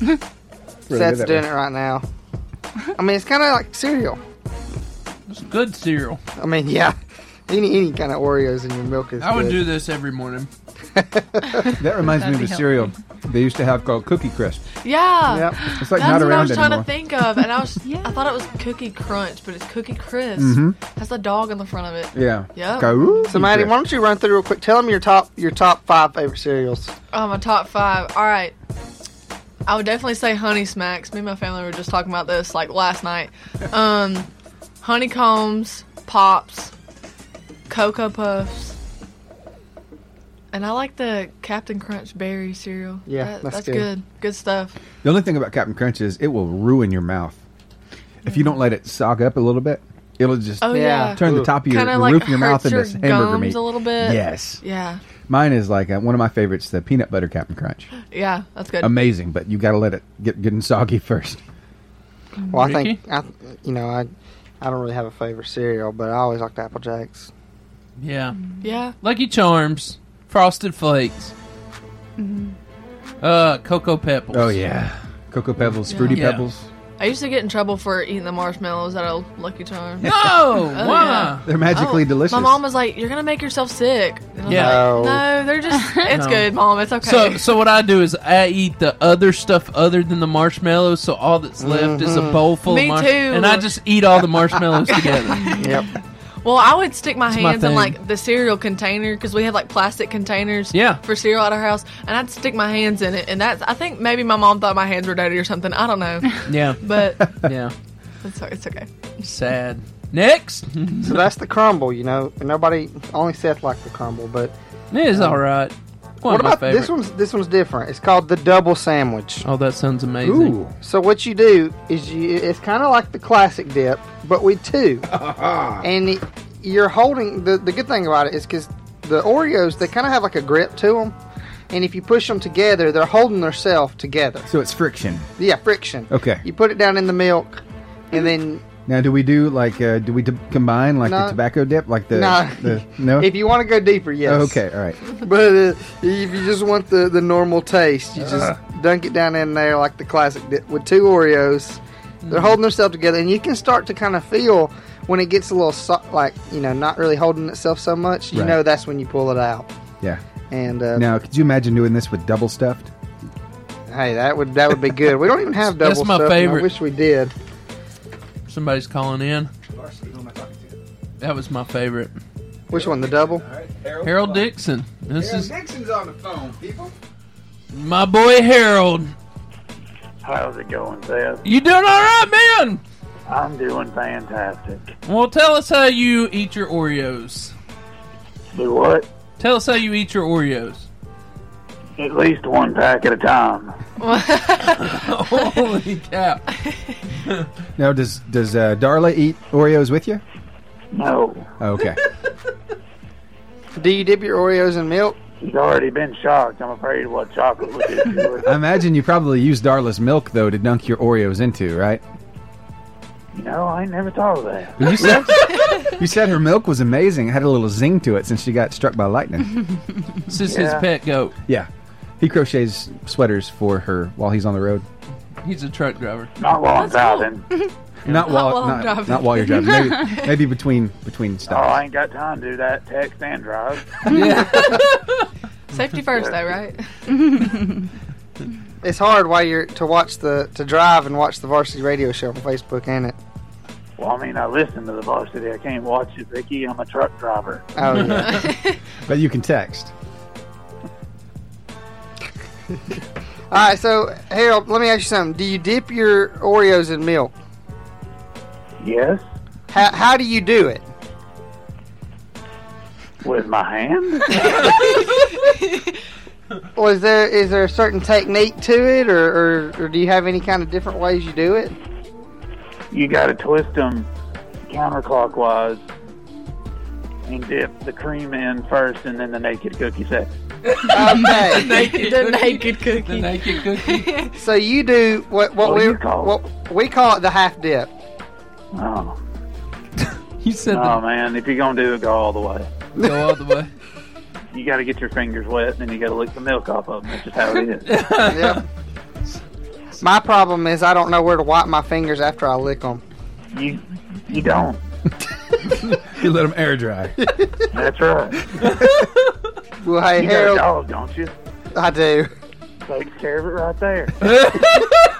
[SPEAKER 10] Really
[SPEAKER 9] Seth's
[SPEAKER 10] good that
[SPEAKER 9] doing
[SPEAKER 10] way.
[SPEAKER 9] it right now. I mean, it's kind of like cereal.
[SPEAKER 8] It's good cereal.
[SPEAKER 9] I mean, yeah. Any any kind of Oreos in your milk is.
[SPEAKER 8] I would
[SPEAKER 9] good.
[SPEAKER 8] do this every morning.
[SPEAKER 10] That reminds me of a
[SPEAKER 12] That'd be
[SPEAKER 10] cereal they used to have called Cookie Crisp.
[SPEAKER 16] e-,
[SPEAKER 12] Yeah.
[SPEAKER 10] It's like not
[SPEAKER 12] That's what I
[SPEAKER 10] around
[SPEAKER 12] was trying
[SPEAKER 10] anymore.
[SPEAKER 12] to think of, and I was I thought it was Cookie Crunch, but it's Cookie Crisp.
[SPEAKER 10] Mhm.
[SPEAKER 12] Has the dog on the front of it.
[SPEAKER 10] Yeah.
[SPEAKER 12] Yep.
[SPEAKER 9] So Maddie, why don't you run through real quick? Tell them your top your top five favorite cereals.
[SPEAKER 12] Oh, my top five. All right. I would definitely say Honey Smacks. Me and my family were just talking about this like last night. Um, honeycombs, pops, cocoa puffs, and I like the Captain Crunch berry cereal.
[SPEAKER 10] Yeah,
[SPEAKER 12] That-
[SPEAKER 10] that's
[SPEAKER 12] that's
[SPEAKER 10] good.
[SPEAKER 12] good. Good stuff.
[SPEAKER 10] The only thing about Captain Crunch is it will ruin your mouth. If you don't let it sog up a little bit, it'll just
[SPEAKER 12] Oh yeah.
[SPEAKER 10] turn the top of your,
[SPEAKER 12] Kinda,
[SPEAKER 10] the
[SPEAKER 12] like,
[SPEAKER 10] roof of your mouth
[SPEAKER 12] hurts
[SPEAKER 10] into
[SPEAKER 12] your
[SPEAKER 10] hamburger
[SPEAKER 12] gums
[SPEAKER 10] meat.
[SPEAKER 12] a little bit.
[SPEAKER 10] Yes.
[SPEAKER 12] Yeah.
[SPEAKER 10] Mine is like uh one of my favorites, the peanut butter Captain Crunch.
[SPEAKER 12] Yeah. That's good.
[SPEAKER 10] Amazing, but you got to let it get good and soggy first.
[SPEAKER 9] Well, I think I, you know I I don't really have a favorite cereal, but I always liked Apple Jacks.
[SPEAKER 8] Yeah.
[SPEAKER 12] Yeah.
[SPEAKER 8] Lucky Charms, Frosted Flakes, Mm-hmm. uh, Cocoa Pebbles.
[SPEAKER 10] Oh yeah, Cocoa Pebbles, Fruity
[SPEAKER 8] Yeah.
[SPEAKER 10] Pebbles.
[SPEAKER 12] I used to get in trouble for eating the marshmallows at a Lucky Charms.
[SPEAKER 8] No!
[SPEAKER 12] Oh,
[SPEAKER 8] Why?
[SPEAKER 12] yeah. Oh,
[SPEAKER 10] They're magically delicious.
[SPEAKER 12] My mom was like, "You're gonna make yourself sick." And I was
[SPEAKER 8] Yeah.
[SPEAKER 12] like,
[SPEAKER 8] No.
[SPEAKER 12] no, they're just. It's
[SPEAKER 8] No.
[SPEAKER 12] good, mom. It's okay.
[SPEAKER 8] So, so what I do is I eat the other stuff other than the marshmallows. So all that's left is
[SPEAKER 9] Mm-hmm.
[SPEAKER 8] a
[SPEAKER 12] Mhm.
[SPEAKER 8] bowl full
[SPEAKER 12] Me
[SPEAKER 8] of
[SPEAKER 12] too.
[SPEAKER 8] marsh- and I just eat all the marshmallows together.
[SPEAKER 9] Yep.
[SPEAKER 12] well, I would stick my
[SPEAKER 8] It's my
[SPEAKER 12] hands in
[SPEAKER 8] thing.
[SPEAKER 12] like the cereal container because we had like plastic containers.
[SPEAKER 8] Yeah.
[SPEAKER 12] For cereal at our house, and I'd stick my hands in it, and that's. I think maybe my mom thought my hands were dirty or something. I don't know,
[SPEAKER 8] Yeah.
[SPEAKER 12] but
[SPEAKER 8] yeah.
[SPEAKER 12] it's, it's okay.
[SPEAKER 8] Sad. Next.
[SPEAKER 9] so that's the crumble, you know. And nobody only Seth liked the crumble, but um,
[SPEAKER 8] It is all right. One
[SPEAKER 9] what
[SPEAKER 8] of my
[SPEAKER 9] about this
[SPEAKER 8] favorite.
[SPEAKER 9] one's this one's different. It's called the double sandwich.
[SPEAKER 8] Oh, that sounds amazing.
[SPEAKER 10] Ooh.
[SPEAKER 9] So what you do is you it's kind of like the classic dip, but with two. and it- you're holding the the good thing about it is because the Oreos they kind of have like a grip to them, and if you push them together, they're holding themselves together.
[SPEAKER 10] So it's friction.
[SPEAKER 9] Yeah, friction.
[SPEAKER 10] Okay.
[SPEAKER 9] You put it down in the milk, and then
[SPEAKER 10] Now, do we do like uh, do we d- combine like
[SPEAKER 9] No.
[SPEAKER 10] the tobacco dip, like the
[SPEAKER 9] No.
[SPEAKER 10] the- no?
[SPEAKER 9] if you want to go deeper, yes.
[SPEAKER 10] Oh, okay, all right.
[SPEAKER 9] But uh, if you just want the, the normal taste, you just
[SPEAKER 8] Uh-huh.
[SPEAKER 9] dunk it down in there like the classic dip with two Oreos.
[SPEAKER 8] Mm-hmm.
[SPEAKER 9] They're holding themselves together, and you can start to kind of feel when it gets a little so- like you know not really holding itself so much. You
[SPEAKER 10] Right.
[SPEAKER 9] know that's when you pull it out.
[SPEAKER 10] Yeah.
[SPEAKER 9] And uh,
[SPEAKER 10] Now, could you imagine doing this with double stuffed?
[SPEAKER 9] hey, that would that would be good. We don't even have double.
[SPEAKER 8] That's my
[SPEAKER 9] stuff, and
[SPEAKER 8] favorite.
[SPEAKER 9] I wish we did.
[SPEAKER 8] Somebody's calling in. That was my favorite.
[SPEAKER 9] Which one? The double?
[SPEAKER 8] Harold Dixon. This is
[SPEAKER 10] Nixon's on the phone, people.
[SPEAKER 8] my boy Harold.
[SPEAKER 13] How's it going, Seth?
[SPEAKER 8] You doing all right, man?
[SPEAKER 13] I'm doing fantastic.
[SPEAKER 8] Well, tell us how you eat your Oreos.
[SPEAKER 13] Do what?
[SPEAKER 8] Tell us how you eat your Oreos.
[SPEAKER 13] At least one pack at a time.
[SPEAKER 8] Holy cow!
[SPEAKER 10] Now, does does uh, Darla eat Oreos with you? Oh,
[SPEAKER 13] No.
[SPEAKER 10] Okay.
[SPEAKER 9] Do you dip your Oreos in milk?
[SPEAKER 13] She's already been shocked. I'm afraid of what chocolate would do to it.
[SPEAKER 10] I imagine you probably use Darla's milk though to dunk your Oreos into, right?
[SPEAKER 13] No, I ain't never thought of that.
[SPEAKER 10] You said you said her milk was amazing. It had a little zing to it since she got struck by lightning.
[SPEAKER 8] This is his
[SPEAKER 13] Yeah.
[SPEAKER 8] pet goat.
[SPEAKER 10] yeah, he crochets sweaters for her while he's on the road.
[SPEAKER 8] He's a truck driver.
[SPEAKER 13] Not while I'm driving.
[SPEAKER 10] Not while,
[SPEAKER 13] while I'm
[SPEAKER 10] not,
[SPEAKER 13] driving.
[SPEAKER 10] not while you're driving. Maybe, maybe between between
[SPEAKER 13] Oh,
[SPEAKER 10] stops.
[SPEAKER 13] I ain't got time to do that. Text and drive.
[SPEAKER 12] Safety first, though, right? Uh,
[SPEAKER 9] It's hard while you're to watch the to drive and watch the varsity radio show on Facebook, ain't it?
[SPEAKER 13] Well, I mean, I listen to the varsity. I can't watch it, Vicky. I'm a truck driver.
[SPEAKER 9] Oh, yeah.
[SPEAKER 10] but you can text.
[SPEAKER 9] All right, so Harold, let me ask you something. Do you dip your Oreos in milk?
[SPEAKER 13] Yes.
[SPEAKER 9] How, how do you do it?
[SPEAKER 13] With my hand?
[SPEAKER 9] Or is there is there a certain technique to it, or, or, or do you have any kind of different ways you do it?
[SPEAKER 13] You got to twist them counterclockwise and dip the cream in first and then the naked cookie second.
[SPEAKER 9] Okay.
[SPEAKER 12] the naked cookie.
[SPEAKER 8] The naked cookie.
[SPEAKER 9] So you do what what
[SPEAKER 13] What do
[SPEAKER 9] we
[SPEAKER 13] you call it?
[SPEAKER 9] what we call it the half dip.
[SPEAKER 13] Oh.
[SPEAKER 8] you said
[SPEAKER 13] Oh, man. If you're going to do it, go all the way.
[SPEAKER 8] Go all the way.
[SPEAKER 13] You got to get your fingers wet and then you got to lick the milk off of them. That's just how it is.
[SPEAKER 9] Yep. My problem is I don't know where to wipe my fingers after I lick them.
[SPEAKER 13] You you don't.
[SPEAKER 3] you let them air dry.
[SPEAKER 18] That's right.
[SPEAKER 9] Well, hey,
[SPEAKER 18] you
[SPEAKER 9] Harold.
[SPEAKER 18] got a dog, don't you?
[SPEAKER 9] I do.
[SPEAKER 18] Takes care of it right there.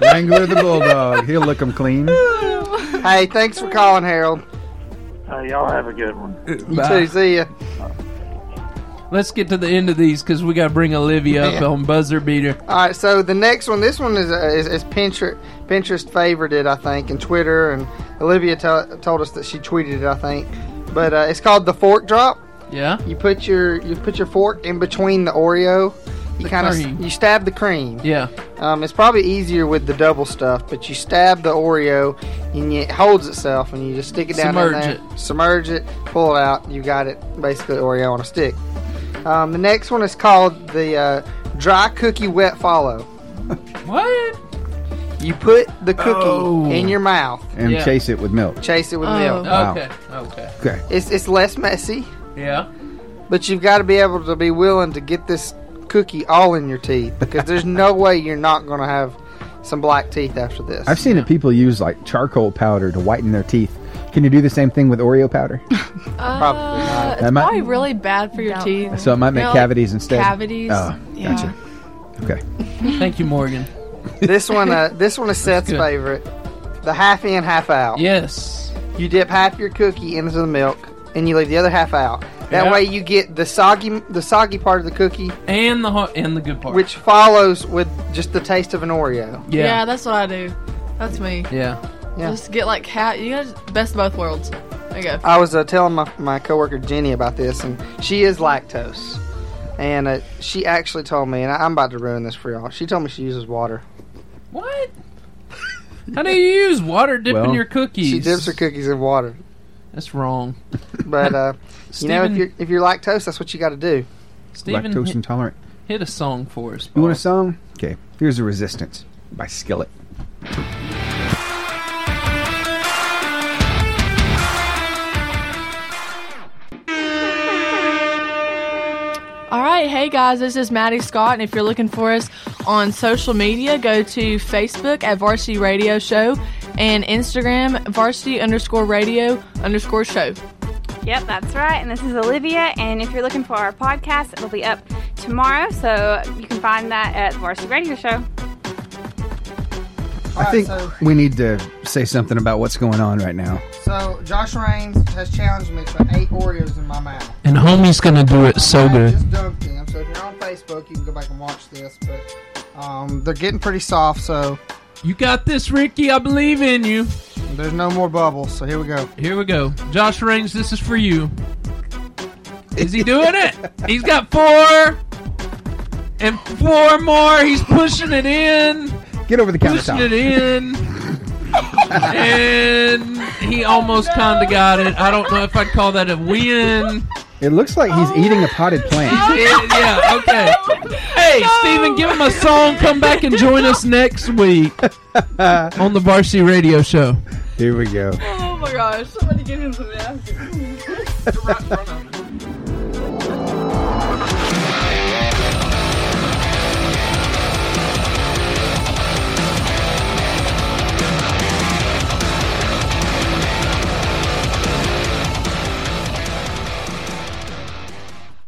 [SPEAKER 10] Wrangler the bulldog. He'll lick them clean.
[SPEAKER 9] hey, thanks for calling, Harold.
[SPEAKER 18] Hey, y'all have a good one.
[SPEAKER 9] You too. See ya.
[SPEAKER 8] Let's get to the end of these because we got to bring Olivia up
[SPEAKER 9] Yeah.
[SPEAKER 8] on buzzer beater.
[SPEAKER 9] All right, so the next one, this one is uh, is, is Pinterest Pinterest favored it, I think, and Twitter and Olivia t- told us that she tweeted it, I think. But uh, it's called the fork drop.
[SPEAKER 8] Yeah.
[SPEAKER 9] You put your you put your fork in between the Oreo. You kind
[SPEAKER 8] cream.
[SPEAKER 9] of you stab the cream.
[SPEAKER 8] Yeah.
[SPEAKER 9] Um, it's probably easier with the double stuff, but you stab the Oreo and it holds itself, and you just stick it down in
[SPEAKER 8] Submerge
[SPEAKER 9] there, submerge it, pull it out. You got it, basically Oreo on a stick. Um, the next one is called the uh, dry cookie wet follow.
[SPEAKER 8] what?
[SPEAKER 9] You put the cookie in your mouth
[SPEAKER 10] Oh. And chase it with milk.
[SPEAKER 9] Chase it with
[SPEAKER 10] Oh.
[SPEAKER 9] milk.
[SPEAKER 10] Wow.
[SPEAKER 8] Okay. Okay.
[SPEAKER 10] Okay.
[SPEAKER 9] It's it's less messy,
[SPEAKER 8] Yeah.
[SPEAKER 9] but you've got to be able to be willing to get this cookie all in your teeth because there's no way you're not going to have some black teeth after this.
[SPEAKER 10] I've seen it. People use like charcoal powder to whiten their teeth. Can you do the same thing with Oreo powder?
[SPEAKER 9] Probably
[SPEAKER 12] Uh,
[SPEAKER 10] That
[SPEAKER 12] it's
[SPEAKER 10] might-
[SPEAKER 12] probably really bad for your teeth.
[SPEAKER 10] So it might make
[SPEAKER 12] You know,
[SPEAKER 10] cavities instead.
[SPEAKER 12] Cavities.
[SPEAKER 10] Oh,
[SPEAKER 12] yeah.
[SPEAKER 10] gotcha. Okay.
[SPEAKER 8] Thank you, Morgan.
[SPEAKER 9] this one, uh, this one is Seth's favorite. The half in, half out.
[SPEAKER 8] Yes.
[SPEAKER 9] You dip half your cookie into the milk, and you leave the other half out. That
[SPEAKER 8] Yeah.
[SPEAKER 9] way, you get the soggy, the soggy part of the cookie,
[SPEAKER 8] And the hot and the good part.
[SPEAKER 9] which follows with just the taste of an Oreo.
[SPEAKER 12] yeah. that's what I do. That's me.
[SPEAKER 8] Yeah.
[SPEAKER 12] Just get like cat. You guys, best of both worlds. There you go.
[SPEAKER 9] I was uh, telling my, my coworker Jenny about this, and she is lactose. And uh, she actually told me, and I, I'm about to ruin this for y'all. She told me she uses water.
[SPEAKER 8] What? How do you use water dipping
[SPEAKER 9] Well,
[SPEAKER 8] your cookies?
[SPEAKER 9] She dips her cookies in water.
[SPEAKER 8] That's wrong.
[SPEAKER 9] But uh, you know, if
[SPEAKER 8] Steven-
[SPEAKER 9] you're if you're lactose, that's what you got to do.
[SPEAKER 8] Steven,
[SPEAKER 10] Lactose
[SPEAKER 8] hit-
[SPEAKER 10] intolerant.
[SPEAKER 8] Hit a song for us.
[SPEAKER 10] You want a song? Okay. Here's the Resistance by Skillet.
[SPEAKER 12] All right, hey guys, this is Maddie Scott, and if you're looking for us on social media, go to Facebook at Varsity Radio Show and Instagram Varsity underscore Radio underscore Show.
[SPEAKER 13] Yep, that's right. And this is Olivia. And if you're looking for our podcast, it'll be up tomorrow. So you can find that at Varsity Radio Show.
[SPEAKER 10] I think we need to say something about what's going on right now.
[SPEAKER 9] So Josh Raines has challenged me to eight Oreos in my mouth.
[SPEAKER 8] And homie's gonna do it so good.
[SPEAKER 9] dumped them. So if you're on Facebook, you can go back and watch this. But um, they're getting pretty soft, so
[SPEAKER 8] you got this, Ricky. I believe in you.
[SPEAKER 9] There's no more bubbles, so here we go.
[SPEAKER 8] Here we go. Josh Range, this is for you. Is he doing it? He's got four. And four more. He's pushing it in.
[SPEAKER 10] Get over the
[SPEAKER 8] Pushing
[SPEAKER 10] countertop.
[SPEAKER 8] it in. and he almost kind of got it. I don't know if I'd call that a win.
[SPEAKER 10] It looks like he's eating a potted plant.
[SPEAKER 8] Yeah, yeah, okay. Hey, Steven, give him a song. Come back and join us next week on the Varsity Radio Show.
[SPEAKER 10] Here we go.
[SPEAKER 12] Oh my gosh, somebody give him some ass.